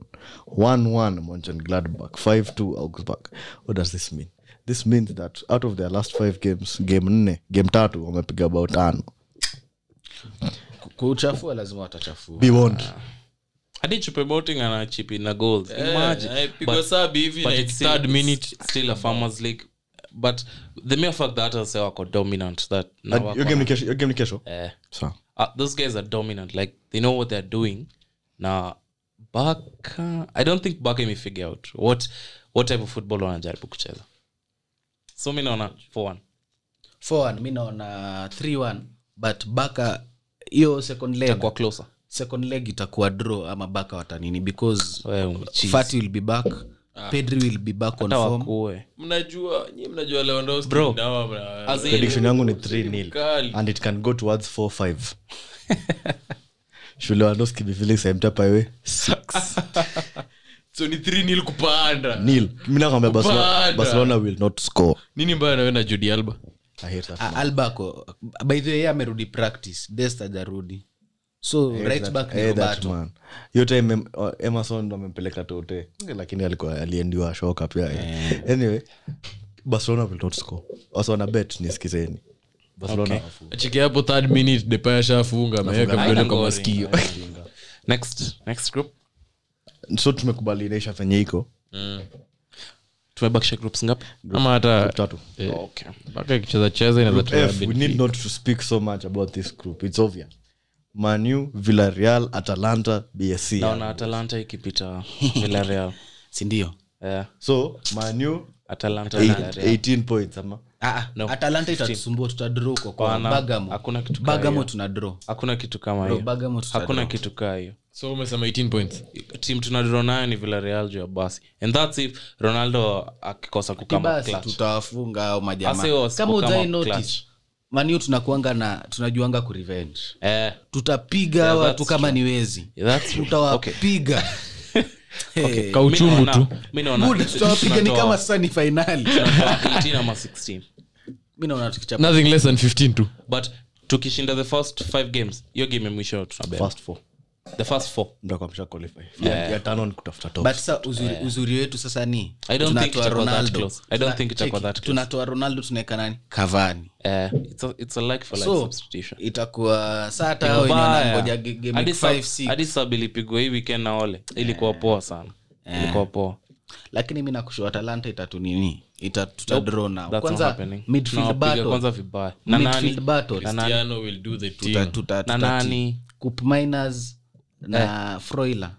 Speaker 3: 1-1 Mönchengladbach 5-2 augsburg what does this mean this means that out of their last five games game nne game tatu wamepiga bao tano
Speaker 2: kuchafua lazima watachafua
Speaker 3: be warned
Speaker 5: Ah, hadi chupemoting anachip na goals imagine
Speaker 4: pigwa
Speaker 5: But-
Speaker 4: sabi hivi
Speaker 5: but
Speaker 4: like
Speaker 5: it's still-
Speaker 4: third minute.
Speaker 5: it's still a farmers league but the mere fact that hata sasa wako dominant that na
Speaker 3: But
Speaker 5: wako
Speaker 3: your game
Speaker 5: na-
Speaker 3: ni kesho- your game ni kesho
Speaker 5: eh,
Speaker 3: Sawa.
Speaker 5: uh, those guys are dominant like they know what they're doing na baka i don't think baka imefigure out what what type of football wanajaribu kucheza so mi naona 4-1.
Speaker 2: 4-1, mi naona 3-1, but baka hiyo second leg
Speaker 5: Itakuwa closer
Speaker 2: second leg itakuwa draw ama baka watanini because
Speaker 5: Wewe umecheese.
Speaker 2: fati will be back pedri will be back on
Speaker 5: Hata
Speaker 2: form
Speaker 5: wakuwe.
Speaker 4: mnajua nyi mnajua leondoski
Speaker 5: Bro. As in,
Speaker 3: prediction yangu ni 3 nil
Speaker 4: Kali.
Speaker 3: and it can go towards 4-5 shule wandoski bifili semtapaiwe
Speaker 4: so ni 3 nil kupanda
Speaker 3: nil mi nakwambia barcelona,
Speaker 4: Bada.
Speaker 3: barcelona will not score
Speaker 4: nini mbaya nawe na judi alba
Speaker 3: I hate that.
Speaker 2: Ah, alba ako by the way yeye amerudi practice dest ajarudi so right back ni
Speaker 3: Eh, that
Speaker 2: Roberto.
Speaker 3: man. hiyo time em- uh, emerson ndo amempeleka tote lakini alikuwa aliendiwa shoka pia yeah. anyway barcelona will not score wasa wana bet nisikizeni barcelona wafu-
Speaker 4: chiki hapo third minute depaya shafunga ameweka
Speaker 5: Haina
Speaker 4: mdole kwa
Speaker 5: goal,
Speaker 4: masikio
Speaker 5: haina. next next group
Speaker 3: so tumekubali inaisha venye iko
Speaker 5: tumebakisha groups ngapi
Speaker 4: ama hata Eh,
Speaker 3: tatu
Speaker 5: okay
Speaker 4: mpaka ikicheza cheza inaweza
Speaker 3: Group
Speaker 4: try
Speaker 3: F, Eh, we need not to speak so much about this group it's obvious manu villarreal atalanta bsc
Speaker 5: naona atalanta ikipita vilareal
Speaker 2: sindio
Speaker 5: yeah.
Speaker 3: so manu
Speaker 5: atalanta Villarreal.
Speaker 3: 18 points ama
Speaker 2: Ah, ah,
Speaker 5: No.
Speaker 2: atalanta itatusumbua tutadraw kwa kwa
Speaker 5: Hapana,
Speaker 2: Bergamo.
Speaker 5: hakuna kitu kama
Speaker 2: Bergamo
Speaker 5: hiyo.
Speaker 2: tuna draw
Speaker 5: hakuna kitu kama
Speaker 2: Bro,
Speaker 5: hiyo
Speaker 2: Bergamo tuta
Speaker 5: hakuna
Speaker 2: draw.
Speaker 5: kitu kaa hiyo
Speaker 4: so umesema 18 points
Speaker 5: tim tunadro nayo ni vilareal juu ya basi and thats if ronaldo akikosa kukama
Speaker 2: basi
Speaker 5: clutch.
Speaker 2: tutawafunga au
Speaker 5: Asa hiyo
Speaker 2: majamaa kama
Speaker 5: wasipo kama
Speaker 2: ujai
Speaker 5: clutch.
Speaker 2: notice maniu tunakuanga na tunajuanga kurevenge
Speaker 5: Eh,
Speaker 2: tutapiga
Speaker 5: Yeah,
Speaker 2: watu
Speaker 5: that's
Speaker 2: kama ni wezi
Speaker 5: that's- okay.
Speaker 2: tutawapiga [LAUGHS] Hey,
Speaker 5: Mi
Speaker 4: kauchungu tu
Speaker 5: naona- mi naona [LAUGHS]
Speaker 2: muda tutawapiga ni
Speaker 5: tunatoa-
Speaker 2: kama sasa ni fainali
Speaker 5: tunatoa 18 ama 16
Speaker 2: mi naona tukichapa
Speaker 4: nothing less than 15 tu
Speaker 5: but tukishinda the first five games hiyo game ya mwisho tunabeba
Speaker 3: first four
Speaker 5: the first four
Speaker 3: mtakuwa msha qualify yeah. ya tano ni kutafuta top
Speaker 2: but sa uzuri, uzuri wetu sasa ni
Speaker 5: I don't think
Speaker 2: tunatoa
Speaker 5: itakuwa that
Speaker 2: Ronaldo.
Speaker 5: close. I don't
Speaker 2: Tuna-
Speaker 5: think itakuwa
Speaker 2: cheki,
Speaker 5: that close.
Speaker 2: tunatoa ronaldo tunaweka nani kavani
Speaker 5: Eh, it's a, it's a like for like
Speaker 2: so
Speaker 5: substitution
Speaker 2: itakuwa saa hata hao wenye wanangoja ge- game week five, six.
Speaker 5: adisabilipigwa hii weekend na ole ilikuwa poa sana
Speaker 2: Eh.
Speaker 5: ilikuwa poa
Speaker 2: lakini mi nakushua atalanta itatu nini Ita- tuta
Speaker 5: Nope,
Speaker 2: draw
Speaker 5: that's
Speaker 2: now
Speaker 5: not
Speaker 2: kwanza
Speaker 5: happening.
Speaker 2: midfield
Speaker 5: Tunawapiga
Speaker 2: battle.
Speaker 5: kwanza vibaya na
Speaker 2: Midfield
Speaker 5: nani
Speaker 2: battle.
Speaker 5: Na nani?
Speaker 4: Cristiano will do the
Speaker 2: Tuta-
Speaker 4: team.
Speaker 2: tuta-
Speaker 5: na
Speaker 2: tuta-
Speaker 5: nani? Eh.
Speaker 2: Kup Miners na Froiler.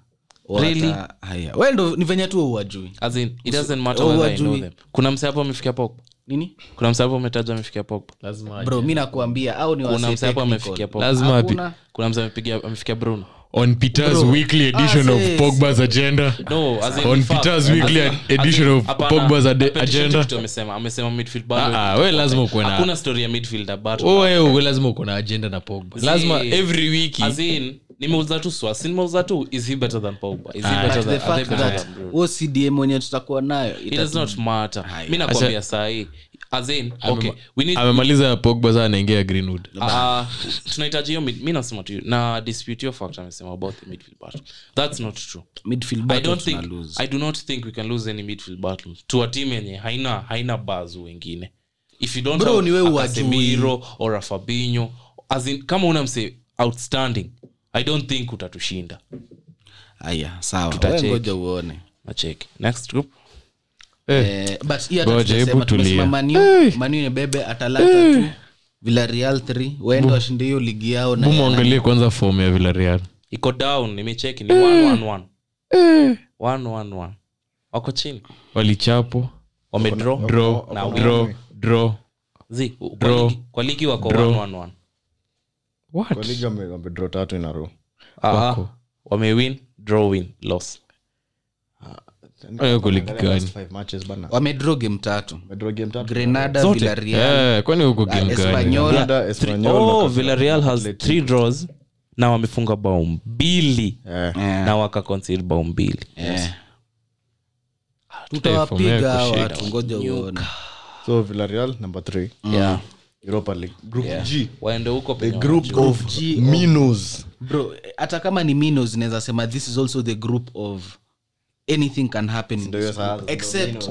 Speaker 2: Wata-
Speaker 5: Really?
Speaker 2: haya we ndo ni venye tu uwajui
Speaker 5: As in, it doesn't matter
Speaker 2: Oh,
Speaker 5: whether I know
Speaker 2: wajui.
Speaker 5: them. kuna msee hapo amefikia pogba
Speaker 2: nini
Speaker 5: kuna msee hapo umetaja amefikia pogba
Speaker 4: Lazima aje.
Speaker 2: bro mi nakuambia au ni
Speaker 5: kuna
Speaker 2: wasee
Speaker 5: msee hapo
Speaker 2: technical.
Speaker 5: amefikia pogba
Speaker 4: lazima api-
Speaker 2: Hakuna-
Speaker 5: kuna msee amepigia- amefikia bruno
Speaker 6: on Peter's
Speaker 2: Bro,
Speaker 6: weekly edition
Speaker 2: ah,
Speaker 6: of
Speaker 2: yes.
Speaker 6: Pogba's agenda.
Speaker 5: No, as in
Speaker 6: On
Speaker 5: in fact-
Speaker 6: Peter's
Speaker 5: as in-
Speaker 6: weekly
Speaker 5: as in-
Speaker 6: edition of
Speaker 5: hapana,
Speaker 6: Pogba's ade-
Speaker 5: petition
Speaker 6: agenda.
Speaker 5: to kitu amesema amesema midfield bado-
Speaker 6: Ah, ah, we lazima ukuwe na-
Speaker 5: Hakuna story ya midfield about
Speaker 6: Oh, wewe wewe lazima uko na agenda na Pogba. Lazima
Speaker 5: See.
Speaker 6: every wiki
Speaker 5: As in, nimeuza tu swasi nimeuza tu is he better than pogba is he
Speaker 6: Ah,
Speaker 2: but
Speaker 5: better
Speaker 2: the
Speaker 5: than, are they
Speaker 2: fact
Speaker 5: better
Speaker 2: that
Speaker 5: than Bruno?
Speaker 2: huo cdm wenye tutakuwa nayo
Speaker 5: it does not matter mi nakwambia sahii as in okay we need
Speaker 6: amemaliza Pogba sasa anaingia Greenwood.
Speaker 5: Ah, tunahitaji hiyo mid- mi nasema tu na dispute hiyo fact amesema about the midfield battle that's not true i don't think
Speaker 2: itakuwaidon'tthink
Speaker 5: i do not think we can lose any midfield battle to a team yenye haina haina bazu wengine if you don't
Speaker 2: Bro, ni
Speaker 5: have
Speaker 2: wewe
Speaker 5: a
Speaker 2: uwajui.
Speaker 5: Casemiro or a Fabinho as in kama una mse outstanding i don't think utatushinda
Speaker 2: haya sawa
Speaker 5: Tutacheki.
Speaker 2: Wewe ngoja uone
Speaker 5: nacheki next group
Speaker 2: Eh, but hii hata
Speaker 6: Ngoja,
Speaker 2: tutasema,
Speaker 6: hebu
Speaker 2: tumesema
Speaker 6: tulia.
Speaker 2: Man U- Man U ni bebe atalanta tu villarreal 3 waende washinde hiyo ligi yao na-
Speaker 6: Hebu muangalie kwanza form ya Villarreal.
Speaker 5: iko down nimecheki ni 111 111 wako chini
Speaker 6: Walichapo,
Speaker 5: wamedraw
Speaker 6: draw,
Speaker 5: na win.
Speaker 6: draw, draw.
Speaker 5: Zi, kwa
Speaker 6: Draw.
Speaker 5: ligi- kwa ligi wako
Speaker 6: Draw.
Speaker 5: 111
Speaker 6: What?
Speaker 3: kwa ligi wame- wamedro tatu in a row.
Speaker 5: Ah,
Speaker 6: Wako.
Speaker 5: wamewin draw win loss
Speaker 6: Wewe uko ligi
Speaker 3: Angalia last
Speaker 6: gani?
Speaker 3: five matches bana.
Speaker 2: wamedraw game tatu
Speaker 3: Wamedro game tatu.
Speaker 2: grenada
Speaker 5: Zote.
Speaker 2: villarreal
Speaker 6: Eh, kwani uko game gani?
Speaker 2: espanyol
Speaker 3: Grenada, Espanyol na
Speaker 5: oh,
Speaker 3: Casablanca.
Speaker 5: villarreal has three draws na wamefunga bao mbili
Speaker 3: Eh,
Speaker 5: na wakaconcede bao mbili
Speaker 2: Eh.
Speaker 6: Eh,
Speaker 2: tutawapiga
Speaker 6: formea
Speaker 2: hawa
Speaker 6: kushinda.
Speaker 2: watu ngoja uone Mm.
Speaker 3: so villarreal number three
Speaker 5: Yeah.
Speaker 3: europa league group g
Speaker 5: waende huko
Speaker 3: the
Speaker 5: penye
Speaker 3: group of
Speaker 2: G of-
Speaker 3: minos
Speaker 2: bro eh, hata kama ni mino zinaweza sema this is also the group of anything can happen in
Speaker 3: Ndio
Speaker 2: this
Speaker 3: hiyo sasa,
Speaker 2: group.
Speaker 3: ndio
Speaker 2: except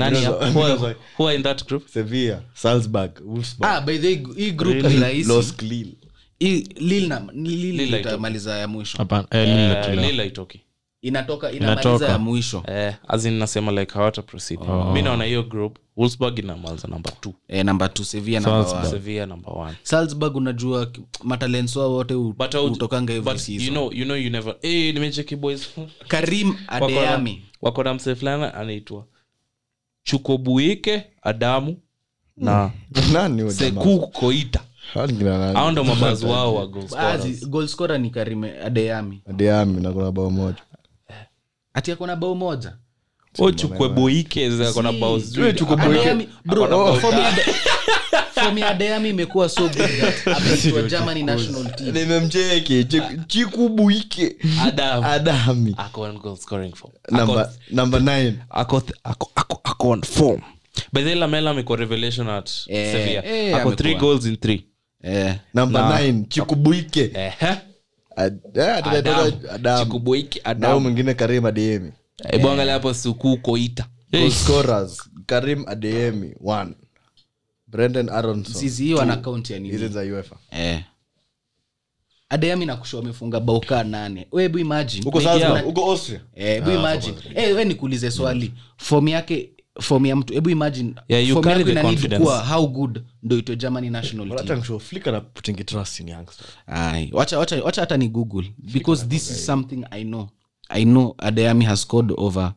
Speaker 5: Nani
Speaker 2: except
Speaker 5: ya- who are-
Speaker 3: [LAUGHS]
Speaker 5: who are in that group
Speaker 3: sevilla salzburg wolfsburg
Speaker 2: ah by the way, hii group ni rahisi
Speaker 3: los Lille.
Speaker 2: Hii Lille na- ni Lille
Speaker 5: Lille
Speaker 2: ndio
Speaker 5: itoke.
Speaker 2: itamaliza ya mwisho
Speaker 6: Hapana, eh, Lille
Speaker 5: Eh,
Speaker 6: tuna-
Speaker 5: Lille haitoki.
Speaker 2: inatoka inamaliza
Speaker 6: Inatoka.
Speaker 2: ya mwisho
Speaker 5: Eh, as in nasema like hawata proceed
Speaker 3: Oh.
Speaker 5: mi naona hiyo group wolfsburg inamaliza number two
Speaker 2: eh, namba t sevia
Speaker 3: Oh.
Speaker 2: namba
Speaker 5: sevilla number one
Speaker 2: salzburg unajua matalenswa wote u-
Speaker 5: but, I would-
Speaker 2: hutokanga every
Speaker 5: but you
Speaker 2: season
Speaker 5: know you know you never eh nimecheki boys
Speaker 2: karim adeami
Speaker 5: wako na msee fulani anaitwa chukobuike adamu na
Speaker 3: nani huyo jamaa?
Speaker 5: seku koita
Speaker 3: Hao ni kina nani?
Speaker 5: au ndo mabazi wao wa
Speaker 2: Baadhi, goal scorer ni karim adeami
Speaker 3: Adeyemi na kuna bao moja
Speaker 2: ati akona bao moja
Speaker 5: Oh, ochukwebuike zakona bao
Speaker 2: Adeyemi- bro,
Speaker 3: oh,
Speaker 2: form ya Ade- form ya Adeyemi imekuwa so good
Speaker 5: [LAUGHS]
Speaker 2: that ameitwa Germany national team.
Speaker 3: nimemcheki chikubuike
Speaker 5: adam
Speaker 3: adami
Speaker 5: ako on goal scoring form
Speaker 3: Number- number nine.
Speaker 5: ako ako ako ako on form by the way, lamela amekuwa revelation at
Speaker 2: Eh,
Speaker 5: sevilla
Speaker 2: eh,
Speaker 5: ako
Speaker 2: amekuwa.
Speaker 5: three goals in three
Speaker 2: Eh,
Speaker 3: Number
Speaker 5: Na-
Speaker 3: nine, chikubuike
Speaker 5: ehe
Speaker 3: Ad- eh,
Speaker 5: Adamu.
Speaker 3: adamu
Speaker 5: chikubuike
Speaker 3: na huyo
Speaker 5: adam
Speaker 3: mwingine karim adeyemi
Speaker 5: hebu angalia hapo suku koita
Speaker 3: Goal scorers karim adeyemi one brendan aronson
Speaker 2: sisi hii wana count ya nini?
Speaker 3: hizi za uefa
Speaker 2: Eh. Adeyemi nakushua amefunga bao kaa nane We, hebu imagine.
Speaker 3: uko
Speaker 2: Ligi yao.
Speaker 3: salzburg uko austria
Speaker 2: Eh,
Speaker 5: Ah,
Speaker 2: hebu imagine. Eh, we nikuulize swali form yake form ya mtu hebu imagine
Speaker 5: Yeah, you
Speaker 2: form
Speaker 5: carry
Speaker 2: yako
Speaker 5: the
Speaker 2: ina need
Speaker 5: confidence.
Speaker 2: kuwa how good ndo itwe germany national team Aye. wacha wacha- wacha hata ni google because this is something i know i know adeami has scored over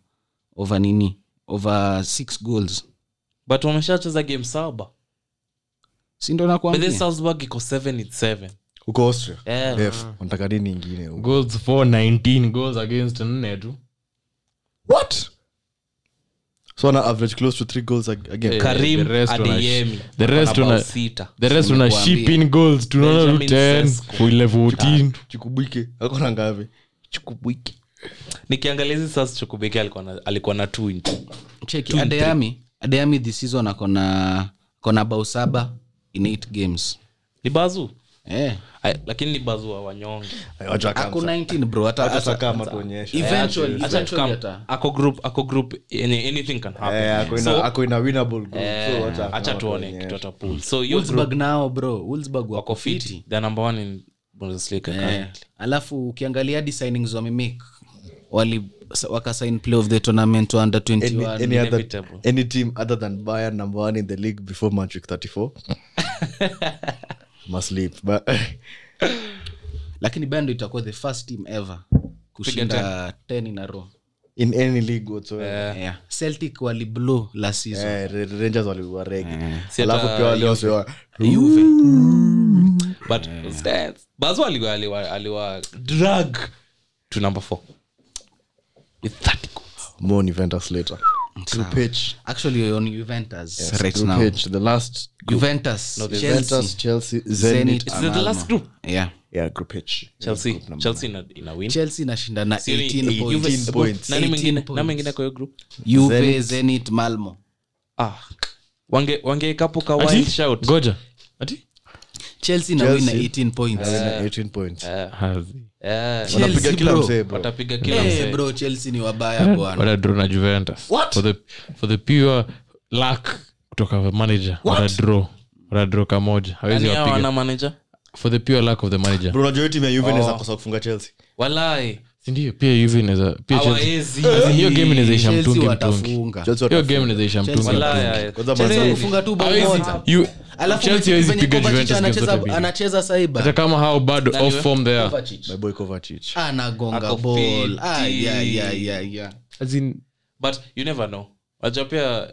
Speaker 2: over nini over six goals
Speaker 5: but wameshacheza game saba
Speaker 2: si ndo
Speaker 5: but then
Speaker 2: nakwambia
Speaker 5: salzburg iko seven in seven
Speaker 3: uko austria
Speaker 5: Eh.
Speaker 3: Def, unataka nini ingine huko?
Speaker 6: Goals 419 goals against nne tu.
Speaker 3: so wana average close to three goals ag- again.
Speaker 5: Eh, Karim
Speaker 6: the rest wana-
Speaker 5: Adeyemi.
Speaker 6: the rest
Speaker 5: Wana
Speaker 6: wana-
Speaker 5: bao sita.
Speaker 6: The rest una
Speaker 2: Nimekuambia.
Speaker 6: ship in goals tunaona tu
Speaker 5: Benjamin
Speaker 6: 10
Speaker 5: Sesko. Ah.
Speaker 6: for 14.
Speaker 3: chikubuike ako na ngapi
Speaker 5: nikiangalia hizi sasa chukubeke alikuwa na, alikuwa na two in two.
Speaker 2: cheki adeami adeami this season akona akona bao saba in eight games
Speaker 5: ni bazu
Speaker 2: Eh.
Speaker 5: Ay, lakini ni bazua wanyonge
Speaker 3: Wacha kama-
Speaker 2: ako 19 bro hata
Speaker 3: wacha
Speaker 2: hata-
Speaker 3: kama tuonyeshe.
Speaker 2: eventually
Speaker 5: Acha
Speaker 2: eventually
Speaker 5: tukam-
Speaker 2: hata
Speaker 5: ako group ako group yenye anything can happen
Speaker 3: Eh, ako ina-
Speaker 5: So,
Speaker 3: ako ina winnable group. So
Speaker 5: eh,
Speaker 3: wacha kama
Speaker 5: acha tuone
Speaker 3: tuonyeshe.
Speaker 5: kitu atapull so hiyo
Speaker 2: Wolfsburg
Speaker 5: group
Speaker 2: nao bro Wolfsburg wako
Speaker 5: wako
Speaker 2: fiti
Speaker 5: Mm. fiti the number one in bundesliga
Speaker 2: Eh,
Speaker 5: currently
Speaker 2: alafu ukiangalia hadi signings wamemake wali sa- wakasign play of the tournament wa under
Speaker 3: Any-
Speaker 2: 21
Speaker 3: any other-
Speaker 5: inevitable.
Speaker 3: any team other than Bayern number one in the league before match week
Speaker 5: [LAUGHS]
Speaker 3: 34 must sleep but [LAUGHS]
Speaker 2: lakini bando itakuwa the first team ever kushinda 10 in a row
Speaker 3: in any league whatsoever
Speaker 2: yeah. celtic waliblow last season
Speaker 3: Eh, Ra- rangers waliwa rege
Speaker 5: Si
Speaker 3: alafu
Speaker 5: hata
Speaker 3: pia waliosewa
Speaker 2: Juve.
Speaker 5: but stats- Bazo aliwa aliwa aliwa drag to number four with 30 goals.
Speaker 3: more Juventus later Two pitch
Speaker 2: actually on juventus right
Speaker 3: Two
Speaker 2: now
Speaker 3: pitch the last
Speaker 2: juventus
Speaker 3: Juventus,
Speaker 2: chelsea
Speaker 3: Chelsea,
Speaker 2: Zenit,
Speaker 3: Zenit.
Speaker 5: Is it the last group
Speaker 2: yeah
Speaker 3: Yeah, group pitch.
Speaker 5: chelsea
Speaker 3: Group number
Speaker 5: chelsea ina, ina win
Speaker 2: chelsea inashinda na
Speaker 5: Siri,
Speaker 2: 18 points.
Speaker 5: Juve-
Speaker 3: points.
Speaker 5: nani
Speaker 2: 18
Speaker 5: mwingine
Speaker 2: points.
Speaker 5: nani mwingine kwa hiyo group
Speaker 2: juve
Speaker 3: Zenit.
Speaker 2: zenit malmo
Speaker 5: ah wange wangeekapo ka
Speaker 4: Ati?
Speaker 5: wild shout
Speaker 4: goja ati
Speaker 2: chelsea nawina
Speaker 3: Chelsea.
Speaker 2: 18 points
Speaker 3: nine. Zenit, 18 points
Speaker 5: Eh,
Speaker 2: Uh, Chelsea,
Speaker 3: wanapiga kila
Speaker 2: bro.
Speaker 3: msee bro
Speaker 5: watapiga kila
Speaker 2: Eh,
Speaker 5: msee Yaani
Speaker 2: bro chelsea ni wabaya bwana
Speaker 4: wala draw na juventus
Speaker 2: What?
Speaker 4: for the, for the pure luck kutoka the manager wala draw wala draw kamoja hawezi
Speaker 5: Nani hawa Yaani wana
Speaker 4: wapiga
Speaker 5: manager
Speaker 4: for the pure luck of the manager
Speaker 3: bro unajua hiyo timu ya
Speaker 2: Oh.
Speaker 3: Juve inaweza kosa kufunga Chelsea
Speaker 5: walai
Speaker 4: sindio pia hivi inaweza pia Chelsea-
Speaker 5: [LAUGHS] hawaezi
Speaker 4: hiyo game inawezaisha
Speaker 2: Chelsea
Speaker 4: mtungi mtungi
Speaker 2: watafunga
Speaker 3: Chelsea
Speaker 4: hiyo
Speaker 3: watafunga.
Speaker 4: game inawezaisha mtungi
Speaker 5: Walai,
Speaker 4: mtungi
Speaker 5: eh.
Speaker 3: Kwanza
Speaker 5: Chelsea
Speaker 3: Manzoni.
Speaker 2: funga tu bao
Speaker 4: Hawezi-
Speaker 2: moja
Speaker 4: you-
Speaker 2: alafu
Speaker 4: Chelsea hawezi
Speaker 2: venye
Speaker 4: piga
Speaker 2: Kovacic
Speaker 4: Juventus games
Speaker 2: anacheza-
Speaker 4: zote mbili.
Speaker 2: anacheza
Speaker 4: hata
Speaker 2: saiba
Speaker 4: kama how bad off
Speaker 5: we-
Speaker 4: form they are
Speaker 3: my boy Kovacic
Speaker 2: Ah, anagonga
Speaker 5: Ako
Speaker 2: ball
Speaker 5: fiti.
Speaker 2: Ah, yeah, yeah, yeah, yeah.
Speaker 4: As in,
Speaker 5: but you never know waja pia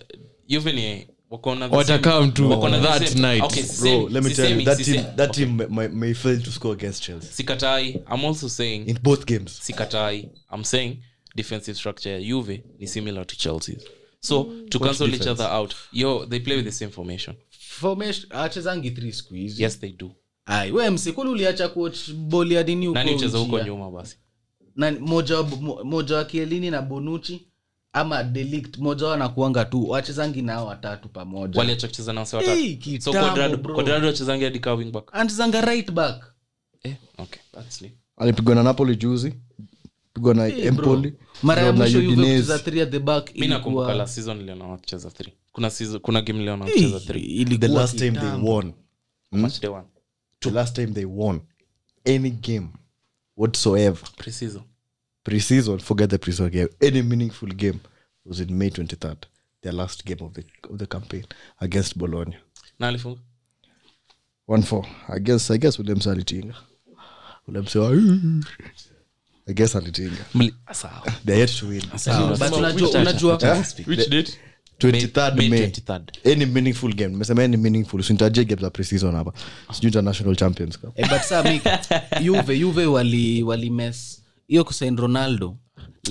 Speaker 5: Juve ni wako na the
Speaker 4: watakaa
Speaker 5: same-
Speaker 4: mtu
Speaker 5: wako na the
Speaker 4: that
Speaker 5: same-
Speaker 4: night
Speaker 5: okay,
Speaker 3: bro
Speaker 5: sisemi-
Speaker 3: let me tell you
Speaker 5: sisemi-
Speaker 3: that
Speaker 5: sisemi-
Speaker 3: team that team may- may, may fail to score against Chelsea
Speaker 5: sikatai i'm also saying
Speaker 3: in both games
Speaker 5: sikatai i'm saying defensive structure ya juve ni similar to chelseas so to cancel each other out yo they play with the same formation
Speaker 2: Formation- achezangi three siku hizi
Speaker 5: yes they do
Speaker 2: Ai, we msikulu uliacha kuwatch ball ya nini huko
Speaker 5: nani ucheza huko
Speaker 2: njia?
Speaker 5: nyuma basi
Speaker 2: Nani- moja wa- mo- moja wa kielini na bonuchi ama delict moja wao nakuanga tu wachezangi nao watatu pamoja
Speaker 5: waliacha kucheza na wase
Speaker 2: Hey,
Speaker 5: watatu so
Speaker 2: kitambo, bro.
Speaker 5: kodrado achezangi hadi kaa wing back
Speaker 2: anachezanga right back
Speaker 5: eh, okay that's neat
Speaker 3: alipigwa na Napoli juzi pigwa na
Speaker 2: Hey, bro. mara ya
Speaker 3: na
Speaker 2: mwisho Juve
Speaker 3: Udinese.
Speaker 2: kucheza three at the back
Speaker 5: mi nakumbuka
Speaker 2: ilikuwa-
Speaker 5: la season iliona wacheza th kuna season, kuna game iliona wacheza th
Speaker 3: the
Speaker 2: ilikuwa
Speaker 3: last time they
Speaker 2: kitambo.
Speaker 3: won
Speaker 5: match day one
Speaker 3: the last time they won any game whatsoever
Speaker 5: preseason
Speaker 3: pre-season forget the pre-season game any meaningful game was in may 23rd their last game of the, of the campaign against bologna
Speaker 5: na alifunga
Speaker 3: 1-4 i guess i guess ulemsa alitinga ulemsa wa- i guess alitinga
Speaker 5: Mli- sawa.
Speaker 3: they're yet to win
Speaker 2: Sawa, but unajua- unajua-
Speaker 3: Which date? 23rd
Speaker 5: May-
Speaker 3: May.
Speaker 5: May 23rd.
Speaker 3: any meaningful game nimesema any meaningful usinitaje game za pre-season hapa sijui international champions cup
Speaker 2: Eh, but saa mi- Juve- Juve wali wali mess. hiyo kusain ronaldo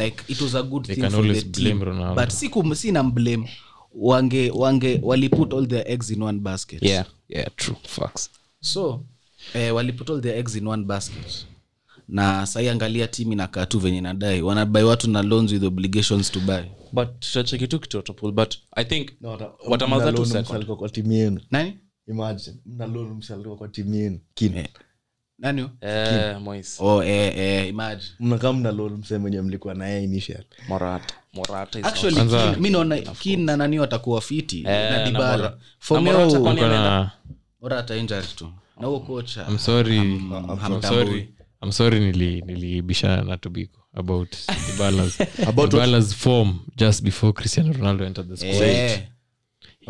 Speaker 2: like it was a good thing
Speaker 4: can
Speaker 2: for the
Speaker 4: always
Speaker 2: team
Speaker 4: blame Ronaldo.
Speaker 2: but si kum- si namblame wange wange waliput all their eggs in one basket
Speaker 5: Yeah, yeah, true. Facts.
Speaker 2: so eh, waliput all their eggs in one basket na sahi angalia timu inakaa tu venye nadai wanabai watu na loans with obligations to buy
Speaker 5: but tutacheki tu kitotopul but i think
Speaker 3: Mna
Speaker 5: watamaza
Speaker 3: loan
Speaker 5: tu second
Speaker 3: msalikuwa kwa timu yenu
Speaker 2: nani
Speaker 3: imagine mna loan msalikuwa kwa timu yenu Keane.
Speaker 2: nani huyo?
Speaker 5: eh, mois
Speaker 2: oh, eh, eh, imagine
Speaker 3: mnakaa mna lol msee mwenye mlikuwa naye initial
Speaker 5: morata morata is
Speaker 2: actually
Speaker 4: Kwanza-
Speaker 2: Keane- mi naona kin na nani watakuwa fiti
Speaker 5: Eh,
Speaker 2: na
Speaker 5: na
Speaker 2: dibara
Speaker 5: Mora-
Speaker 2: for
Speaker 5: na
Speaker 2: me oh,
Speaker 5: Morata
Speaker 2: huo-
Speaker 5: kwani
Speaker 4: Tuko
Speaker 5: anaenda-
Speaker 4: na-
Speaker 2: ora atainjari tu na huo kocha
Speaker 4: I'm sorry. I'm
Speaker 2: hamtambui.
Speaker 4: sorry. I'm sorry nili- nilibishana na tobiko about Dybala's-
Speaker 3: [LAUGHS] About what?
Speaker 4: Dybala's form just before cristiano ronaldo entered the
Speaker 2: Eh,
Speaker 4: squad he,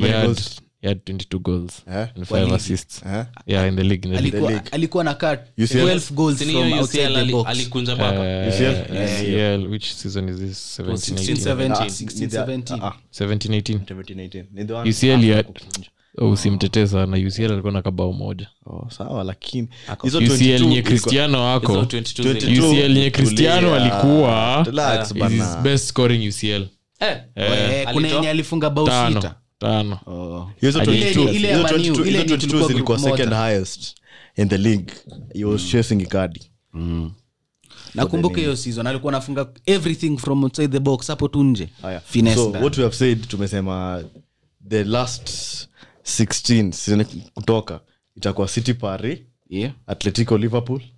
Speaker 3: many
Speaker 4: had,
Speaker 3: goals?
Speaker 4: he had 22 goals
Speaker 3: Eh?
Speaker 4: and five assists
Speaker 3: Eh?
Speaker 4: yeah in the league in the league.
Speaker 2: alikuwa alikuwa na cut
Speaker 3: UCL?
Speaker 2: 12 goals
Speaker 5: Sini
Speaker 2: from
Speaker 5: hiyo
Speaker 2: outside
Speaker 5: UCL
Speaker 2: the
Speaker 5: ali-
Speaker 2: box.
Speaker 5: alikunja
Speaker 3: Eh,
Speaker 5: baba
Speaker 4: Uh,
Speaker 3: UCL?
Speaker 4: UCL, which season is this 17
Speaker 2: 16,
Speaker 4: 18
Speaker 2: 17,
Speaker 3: Ah,
Speaker 2: 16,
Speaker 3: the-
Speaker 2: 17.
Speaker 3: ah, ah,
Speaker 4: 17 18
Speaker 3: 17, 18. Ni Ah, the one
Speaker 4: UCL
Speaker 3: after
Speaker 4: ya-
Speaker 3: kukunja.
Speaker 4: oh, usimtetee sana ucl alikuwa na kabao moja
Speaker 3: Oh, sawa lakini hizo 22
Speaker 4: ucl nye
Speaker 3: ilikuwa-
Speaker 4: cristiano
Speaker 5: Hizo
Speaker 4: wako
Speaker 5: 22 zili-
Speaker 3: 22
Speaker 4: UCL nye Cristiano
Speaker 3: tulia.
Speaker 4: alikuwa-
Speaker 3: Relax
Speaker 4: is his
Speaker 3: bana.
Speaker 4: best scoring ucl
Speaker 5: Eh,
Speaker 2: Eh, kuna
Speaker 5: alitoa-
Speaker 2: yenye alifunga bao
Speaker 4: tano
Speaker 2: sita
Speaker 4: tano
Speaker 2: Oh.
Speaker 3: Hizo
Speaker 2: Ile-
Speaker 3: 22
Speaker 2: ile ya
Speaker 3: hizo
Speaker 2: Man U,
Speaker 3: 22
Speaker 2: ile
Speaker 3: hizo
Speaker 2: yenye
Speaker 3: 22
Speaker 2: tulikuwa
Speaker 3: zilikuwa
Speaker 2: group
Speaker 3: second
Speaker 2: moja. Mm.
Speaker 3: highest in the league he was chasing Icardi.
Speaker 2: nakumbuka hiyo season alikuwa anafunga everything from outside the box hapo tu nje
Speaker 3: Haya.
Speaker 2: Finesse
Speaker 3: Ah, so
Speaker 2: ndani.
Speaker 3: what we have said tumesema the last 16 season kutoka itakuwa city paris
Speaker 2: Yeah.
Speaker 3: atletico liverpool
Speaker 2: Hiyo-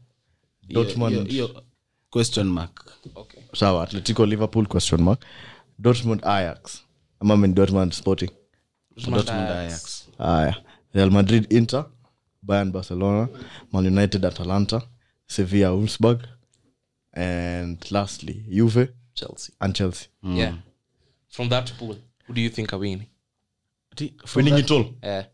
Speaker 3: Dortmund.
Speaker 2: hiyo- hiyo question mark
Speaker 3: sawa atletico liverpool question mark dortmund ayax ama I mean dortmund sporting
Speaker 2: Dortmund Ajax.
Speaker 3: haya real madrid inter bayern barcelona man united atalanta sevilla wolfsburg and lastly juve
Speaker 5: Chelsea.
Speaker 3: and chelsea
Speaker 5: Yeah. From that pool, who do you think are winning?
Speaker 3: winning it all
Speaker 5: Uh,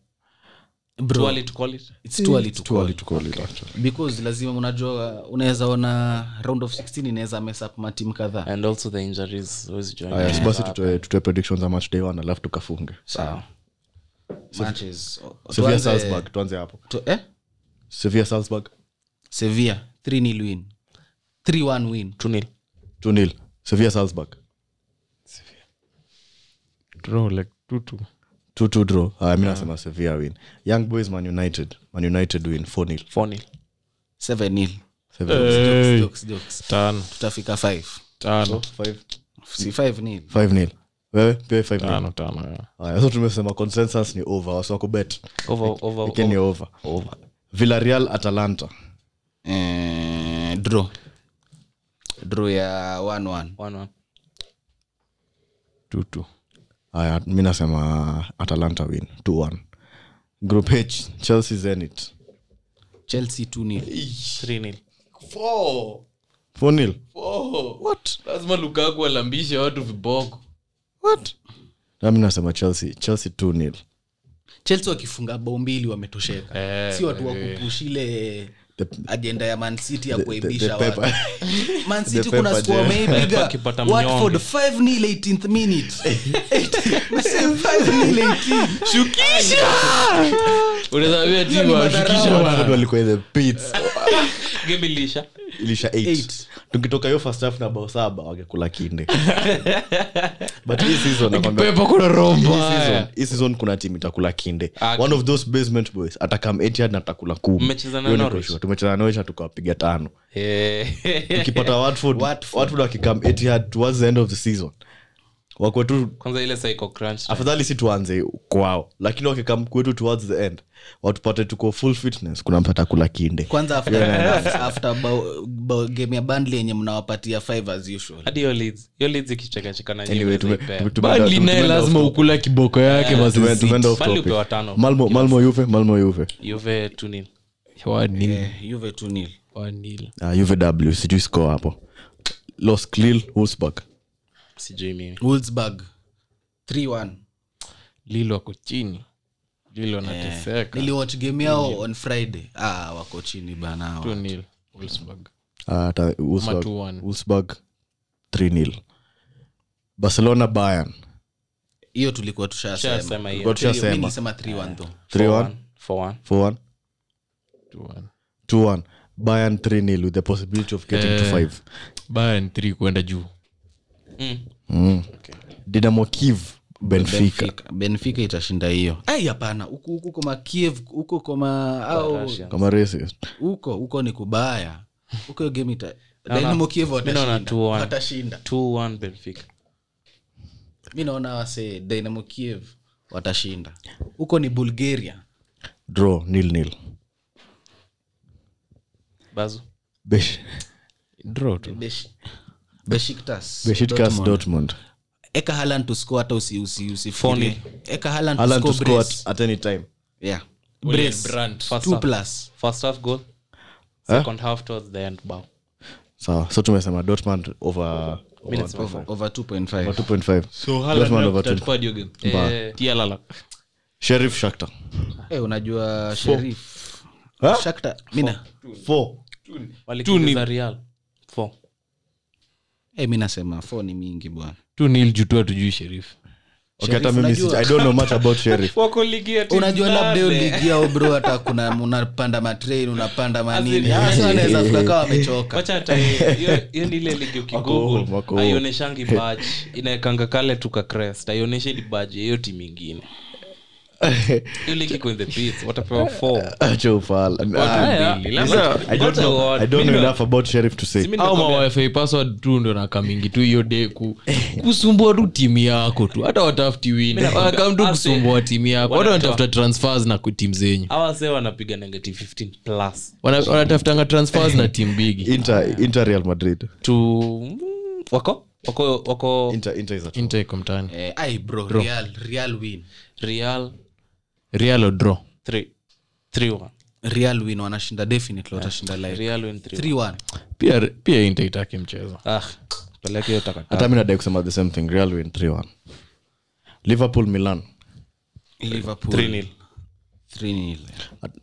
Speaker 2: Bro,
Speaker 5: too early to call it.
Speaker 2: it's too early to
Speaker 3: Too
Speaker 2: call.
Speaker 3: early to call it, actually.
Speaker 2: because lazima unajua unaweza ona round of 16 inaweza mess up matim kadhaa
Speaker 5: And also the injuries always join.
Speaker 3: Aya, so basi tutoe- tutoe predictions za match day one alafu tukafunge
Speaker 2: matches O- o-
Speaker 3: sevilla
Speaker 2: tuanze-
Speaker 3: salzburg tuanze hapo
Speaker 2: tu- eh?
Speaker 3: sevilla salzburg
Speaker 2: sevilla 3 nil win 3-1 win
Speaker 5: 2 nil.
Speaker 3: 2-0 sevilla salzburg
Speaker 4: Draw like two, two.
Speaker 3: 2-2 draw haya mi nasema sevilla win young boys man united man united win 4-0
Speaker 5: 4 nil.
Speaker 2: 7 nil
Speaker 3: Sevilla
Speaker 2: Eh.
Speaker 3: win.
Speaker 2: Jokes, jokes. tutafika 5
Speaker 4: Tano.
Speaker 3: Five-
Speaker 2: si 5 nil
Speaker 3: 5-0 wewe pia 5-0
Speaker 4: Tano, tano, yeah.
Speaker 3: Aya, so tumesema consensus ni over wasiwako bet
Speaker 5: Over, over,
Speaker 3: Weekend ni
Speaker 5: over.
Speaker 3: over villarreal atalanta
Speaker 2: eh, draw draw ya 1-1
Speaker 5: 1 1.
Speaker 4: Two, two.
Speaker 3: aya mi nasema atalanta win 2-1 group h chelsea zenit
Speaker 2: chelsea 2 nil
Speaker 5: 3 nil.
Speaker 3: 4-0
Speaker 4: lazima lukaku alambishe watu viboko
Speaker 3: na mi nasema chelsea chelsea 2-0
Speaker 2: chelsea wakifunga bao mbili wametosheka
Speaker 3: Eh.
Speaker 2: si watu wakupushile ajenda ya mancity ya kuaibisha
Speaker 3: the Pep-
Speaker 2: watu mancity
Speaker 3: the
Speaker 2: kuna
Speaker 3: Pep
Speaker 2: sku
Speaker 3: ajenda.
Speaker 2: wameipiga
Speaker 5: Pep akipata
Speaker 2: watford
Speaker 5: mnyonge.
Speaker 2: 5 nil 18th
Speaker 3: [LAUGHS]
Speaker 2: minute Messi 5 nil 18.
Speaker 4: unazaambia
Speaker 3: [LAUGHS]
Speaker 4: timu wafikisha
Speaker 3: Watford walikuwa in the pits
Speaker 5: Game ilisha.
Speaker 3: ilisha 8 tukitoka hiyo first half na bao saba wangekula kinde but hii season nakwambia-
Speaker 4: pepo kuna
Speaker 3: hii
Speaker 4: romba
Speaker 3: season- hii season kuna tim itakula kinde
Speaker 5: Ah,
Speaker 3: one of those basement boys atakam etiad na atakula kumi
Speaker 5: Mmecheza na
Speaker 3: Hiyo niko
Speaker 5: Norwich?
Speaker 3: sure. tumecheza noisha tukawapiga tano
Speaker 5: Eh.
Speaker 3: tukipata watford watford wakikam etiad towards the end of the season wakwe tu
Speaker 5: Kwanza ile psycho crunch.
Speaker 3: afadhali si tuanze kwao lakini wakikam kwetu towards the end watupate tuko full fitness kuna mtu atakula kinde
Speaker 2: kwanza after, after bao, bao, game ya bandli yenye mnawapatia 5 as usual
Speaker 3: Mm.
Speaker 5: Hadi hiyo Leeds. Hiyo Leeds ikichekacheka na
Speaker 3: Anyway,
Speaker 5: nyinyi
Speaker 3: tume-
Speaker 5: mnaipea.
Speaker 3: tume- tumeenda-
Speaker 4: bali
Speaker 3: tume-
Speaker 4: naye
Speaker 3: tumeenda
Speaker 4: lazima
Speaker 3: off-
Speaker 4: ukula kiboko yake
Speaker 5: Yeah.
Speaker 3: tume- tumeenda off
Speaker 5: Bali
Speaker 3: topic.
Speaker 5: upewa tano.
Speaker 3: Malmo- malmo yuve malmo yuve
Speaker 5: Juve 2 nil.
Speaker 2: Eh, Juve 2 nil
Speaker 3: Ah, Juve W, sijui score hapo los cleal Wolfsburg.
Speaker 5: Sijui mimi.
Speaker 2: wolfsburg 3-1
Speaker 4: lilo ako chini lilo anateseka
Speaker 2: niliwatch game yao on friday ah, wako chini bana hawa.
Speaker 4: 2-0 Wolfsburg.
Speaker 3: Ah, ata- Wolfsburg-
Speaker 4: 2-1.
Speaker 3: Wolfsburg 3-0. barcelona bayern
Speaker 2: hiyo tulikuwa tushasema
Speaker 5: Shasema hiyo.
Speaker 3: Tulikuwa
Speaker 2: Three- mi
Speaker 3: tushasema
Speaker 2: nilisema 3-1 though
Speaker 3: 3-1
Speaker 5: 4-1.
Speaker 3: 4-1
Speaker 4: 2-1.
Speaker 3: 2-1 bayern 3-0 with the possibility of getting to 5
Speaker 4: Bayern 3 kwenda juu
Speaker 5: Mm.
Speaker 3: dinamo kiev benfica
Speaker 2: benfica benfica itashinda hiyo ai hapana huku huku koma kiev huko koma au
Speaker 5: Russian.
Speaker 3: kama racist
Speaker 2: huko huko ni kubaya huko hiyo game
Speaker 5: [LAUGHS]
Speaker 2: ita Dynamo Kiev
Speaker 5: Mi naona
Speaker 2: watashinda.
Speaker 5: 2-1.
Speaker 2: watashinda
Speaker 5: 2-1 Benfica.
Speaker 2: mi naona wase dynamo kiev watashinda huko ni bulgaria
Speaker 3: draw nil nil
Speaker 5: Bazu.
Speaker 3: Besh-
Speaker 4: draw tu
Speaker 2: Besh- Besiktas,
Speaker 3: Besiktas
Speaker 2: Dortmund.
Speaker 3: dortmund
Speaker 2: eka Haaland to score hata usi- usi- usifikirie. Eka Haaland to
Speaker 3: Haaland to
Speaker 2: score
Speaker 3: score
Speaker 2: brace.
Speaker 3: at, at any time
Speaker 2: Yeah.
Speaker 4: Ule
Speaker 2: Brace.
Speaker 4: Brandt.
Speaker 5: First
Speaker 2: Two
Speaker 5: half.
Speaker 2: plus.
Speaker 5: First half goal.
Speaker 3: Huh?
Speaker 5: Second half towards the end bao.
Speaker 3: sawa so tumesema dortmund over
Speaker 5: Minutes of
Speaker 2: Over 2.5.
Speaker 3: 2.5 dortmund over 2
Speaker 5: Eh,
Speaker 4: tialala
Speaker 3: sheriff shakta
Speaker 2: Eh, unajua sherif
Speaker 3: Huh?
Speaker 2: Shakhtar, mina
Speaker 3: 4
Speaker 5: walikimbiza Real. Four.
Speaker 2: eh, mi nasema fo ni mingi bwana
Speaker 4: tu nil jutu hatujui sherifu
Speaker 3: okay hata mimi sijui- i don't know much about sheriff
Speaker 2: unajua labda hiyo ligi yao bro hata kuna unapanda matrain unapanda manini hasa wanaweza fika kama wamechoka
Speaker 5: Wacha hata hiyo- hiyo- hiyo ni ile ligi
Speaker 3: home, wako
Speaker 5: ukigoogle
Speaker 3: home.
Speaker 5: aioneshangi badge inaekanga kale tuka crest aioneshe ni badge ya hiyo timu ingine Yule kiko in the pits, watapewa four.
Speaker 3: Acha ufala. Ah,
Speaker 5: Haya, labda
Speaker 3: I don't
Speaker 5: got a
Speaker 3: know-
Speaker 5: word.
Speaker 3: I don't know
Speaker 5: Mimi
Speaker 3: enough about sheriff to say.
Speaker 5: Mimi
Speaker 4: au
Speaker 5: nimekwambia-
Speaker 4: mawafa password tu ndo nakamingi tu hiyo de ku, kusumbua tu timu yako tu hata watafuti win
Speaker 5: nakwambia,
Speaker 4: wakam tu
Speaker 5: ase-
Speaker 4: kusumbua timu yako hata wanatafuta transfers na ku- timu zenyu
Speaker 5: hawa wazee wanapiga negative 15 plus
Speaker 4: Wana- wanatafutanga transfers na timu
Speaker 3: [LAUGHS]
Speaker 4: bigi
Speaker 3: Inter, Inter Real Madrid.
Speaker 5: tu mm, wako wako wako
Speaker 3: Inter, Inter is at
Speaker 4: Inter iko mtaani
Speaker 2: Eh, ai bro, Real, Real win.
Speaker 5: real
Speaker 4: real or draw
Speaker 5: 3 3-1
Speaker 2: Real win wanashinda definitely watashinda live.
Speaker 5: real win 3
Speaker 2: 3-1.
Speaker 4: pia pia Inter itaki mchezo
Speaker 5: ah peleke hiyo takataka
Speaker 3: hata mi nadai kusema the same thing real win 3-1 liverpool milan
Speaker 2: Liverpool
Speaker 5: 3-0
Speaker 2: 3-0.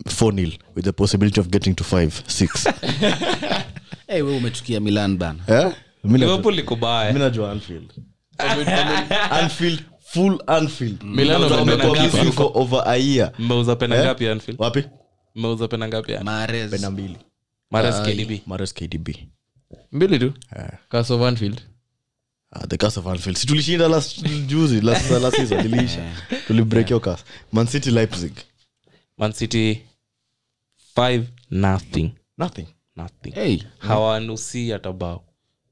Speaker 3: 4-0 with the possibility of getting to 5-6
Speaker 2: Eh, wewe umechukia Milan bana.
Speaker 3: Eh? Mi najua-
Speaker 5: liverpool eh? liko
Speaker 3: mi
Speaker 5: baya
Speaker 3: najua anfield anfield full anfield
Speaker 4: Milan
Speaker 3: Wamekuwa
Speaker 5: wamependa
Speaker 3: busy
Speaker 5: ngapi?
Speaker 3: for over a year
Speaker 5: mmeuza pena
Speaker 3: Eh?
Speaker 5: ngapi anfield
Speaker 3: wapi
Speaker 5: mmeuza pena ngapi Anfield?
Speaker 2: Mahrez.
Speaker 3: pena mbili
Speaker 5: mares kdb
Speaker 3: mares kdb
Speaker 4: mbili tu Castle Eh. of Anfield
Speaker 3: Ah, the cast of anfield si tulishinda last juzi last, last season iliisha tulibrekio cast man city leipzig
Speaker 5: man city 5 nothing
Speaker 3: nothing
Speaker 5: nothing
Speaker 2: Hey,
Speaker 5: hawanusi hata bao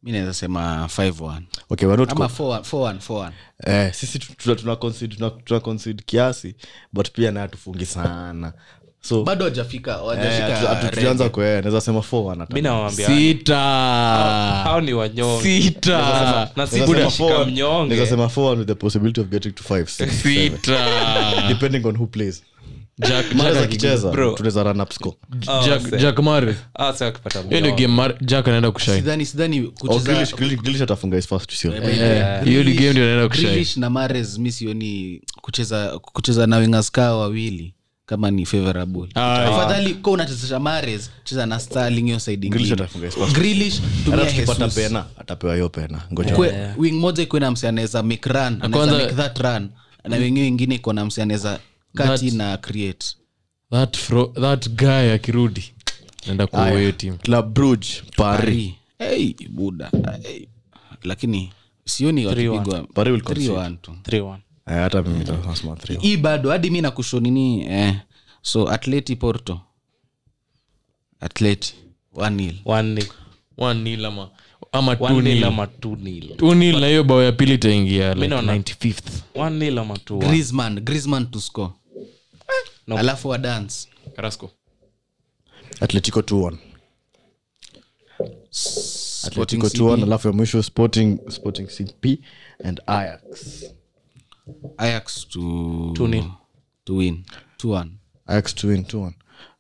Speaker 2: mimi naweza sema 5-1.
Speaker 3: okay we're not
Speaker 2: Ama
Speaker 3: co-
Speaker 2: 4-1, 4-1, 4-1.
Speaker 3: eh, sisi tu- tuna tuna concede tuna, tuna concede kiasi but pia naye tufungi sana so eh,
Speaker 2: Bado hajafika, hajafika
Speaker 3: hatujaanza
Speaker 2: range.
Speaker 3: kuea eh, naweza sema 4 anata
Speaker 5: mi nawambia
Speaker 4: sita
Speaker 5: hao ni wanyonge
Speaker 4: sita
Speaker 5: na si kushika mnyonge
Speaker 3: nasema four with the possibility of getting to five six seven [LAUGHS]
Speaker 4: sita
Speaker 3: depending on who plays
Speaker 4: Jack-
Speaker 3: Mahrez
Speaker 4: Jack-
Speaker 3: akicheza
Speaker 5: bro.
Speaker 3: tunaweza run up score
Speaker 5: Ah,
Speaker 4: Jack-
Speaker 5: wase.
Speaker 4: Jack Mare
Speaker 5: Ah, sasa akipata
Speaker 4: hiyo ndio
Speaker 5: mgao.
Speaker 4: game Mare- Jack anaenda kushine
Speaker 2: Sidhani sidhani
Speaker 3: Or
Speaker 2: kucheza
Speaker 3: Oh, Grealish- Grealish- Grealish atafunga his first season
Speaker 4: Eh, hiyo ni game ndio naenda kushine
Speaker 2: Grealish na Mahrez mi sioni kucheza kucheza na wingers kaa wawili kama ni favorable
Speaker 4: Ah.
Speaker 2: afadhali ko unachezesha Mahrez cheza na Sterling hiyo side
Speaker 3: Grealish
Speaker 2: ingine.
Speaker 3: atafunga his first
Speaker 2: Grealish
Speaker 3: Hata
Speaker 2: tumia
Speaker 3: tukipata
Speaker 2: Jesus
Speaker 3: pena atapewa hiyo pena ngoja
Speaker 2: Kwe- wing moja iko na msi anaweza make run anaweza
Speaker 4: kwanza-
Speaker 2: make that run na wengine wengine iko na msi anaweza kati na create
Speaker 4: that, fro, that guy akirudi naenda kuoyo timu
Speaker 3: club brugge paris
Speaker 2: Ari. hey buda hey. lakini sioni wakipigwa
Speaker 3: Paris will concede.
Speaker 2: 3-1 tu
Speaker 5: 3-1.
Speaker 3: Eh, hata mimi nitasema three
Speaker 2: hii bado hadi mi nakusho nini eh. so atleti porto atleti wanil
Speaker 5: 1-0.
Speaker 4: One nil ama- ama two
Speaker 5: 1-0
Speaker 4: nil.
Speaker 5: ama 2-0.
Speaker 4: Two nil na hiyo bao ya pili itaingia like,
Speaker 5: Mi naona-
Speaker 4: 95th
Speaker 5: 1-0 ama 2-1.
Speaker 2: grisman grisman to score
Speaker 5: No.
Speaker 2: alafu wa dance
Speaker 3: atletico 2-1
Speaker 2: Sporting
Speaker 3: atletico 2-1
Speaker 2: CP,
Speaker 3: alafu ya mwisho sporting sporting cp and ajax
Speaker 2: Ajax to
Speaker 5: nil.
Speaker 2: to win 2-1.
Speaker 3: ajax to win 2-1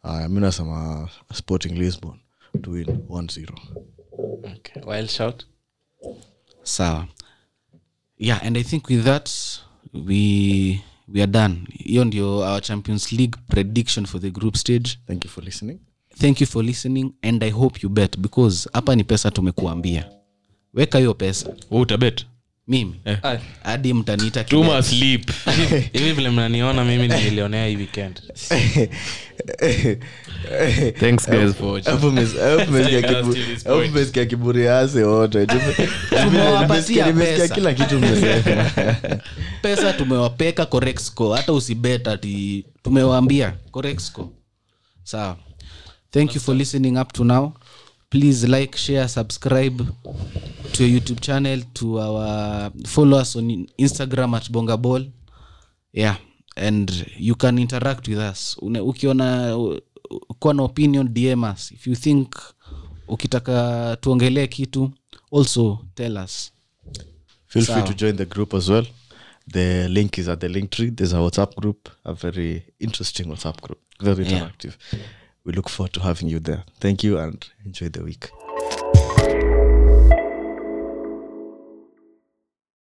Speaker 3: Aya, mi nasema sporting lisbon to win 1-0
Speaker 5: Okay. Wild shout.
Speaker 2: sawa yeah and i think with that we we are done hiyo ndio our champions league prediction for the group stage
Speaker 3: thank you for [LAUGHS] listening
Speaker 2: thank you for listening and i hope you bet because hapa ni pesa tumekuambia weka hiyo pesa
Speaker 4: utabet
Speaker 2: mimi
Speaker 5: Ay,
Speaker 2: hadi mtaniita
Speaker 4: tuma sleep
Speaker 5: hivi vile mnaniona mimi ni milionea hii weekend
Speaker 4: thanks guys for watching
Speaker 3: Hapo umes-
Speaker 2: [LAUGHS]
Speaker 3: hapo umesikia kibu- hapo umesikia kiburiase wote
Speaker 2: Tumewapatia
Speaker 3: nimesikia
Speaker 2: pesa.
Speaker 3: kila kitu mmesema
Speaker 2: kidebe- pesa tumewapeka corexco hata usibet ati tumewaambia corexco sawa thank you for listening up to now please like share subscribe to your youtube channel to our follow us on instagram at bonga ball yeah and you can interact with us Une- ukiona u- ukiwa na opinion dm us if you think ukitaka tuongelee kitu also tell us
Speaker 3: feel free to join the group as well the link is at the link tree there's a whatsapp group a very interesting whatsapp group very interactive we look forward to having you there thank you and enjoy the week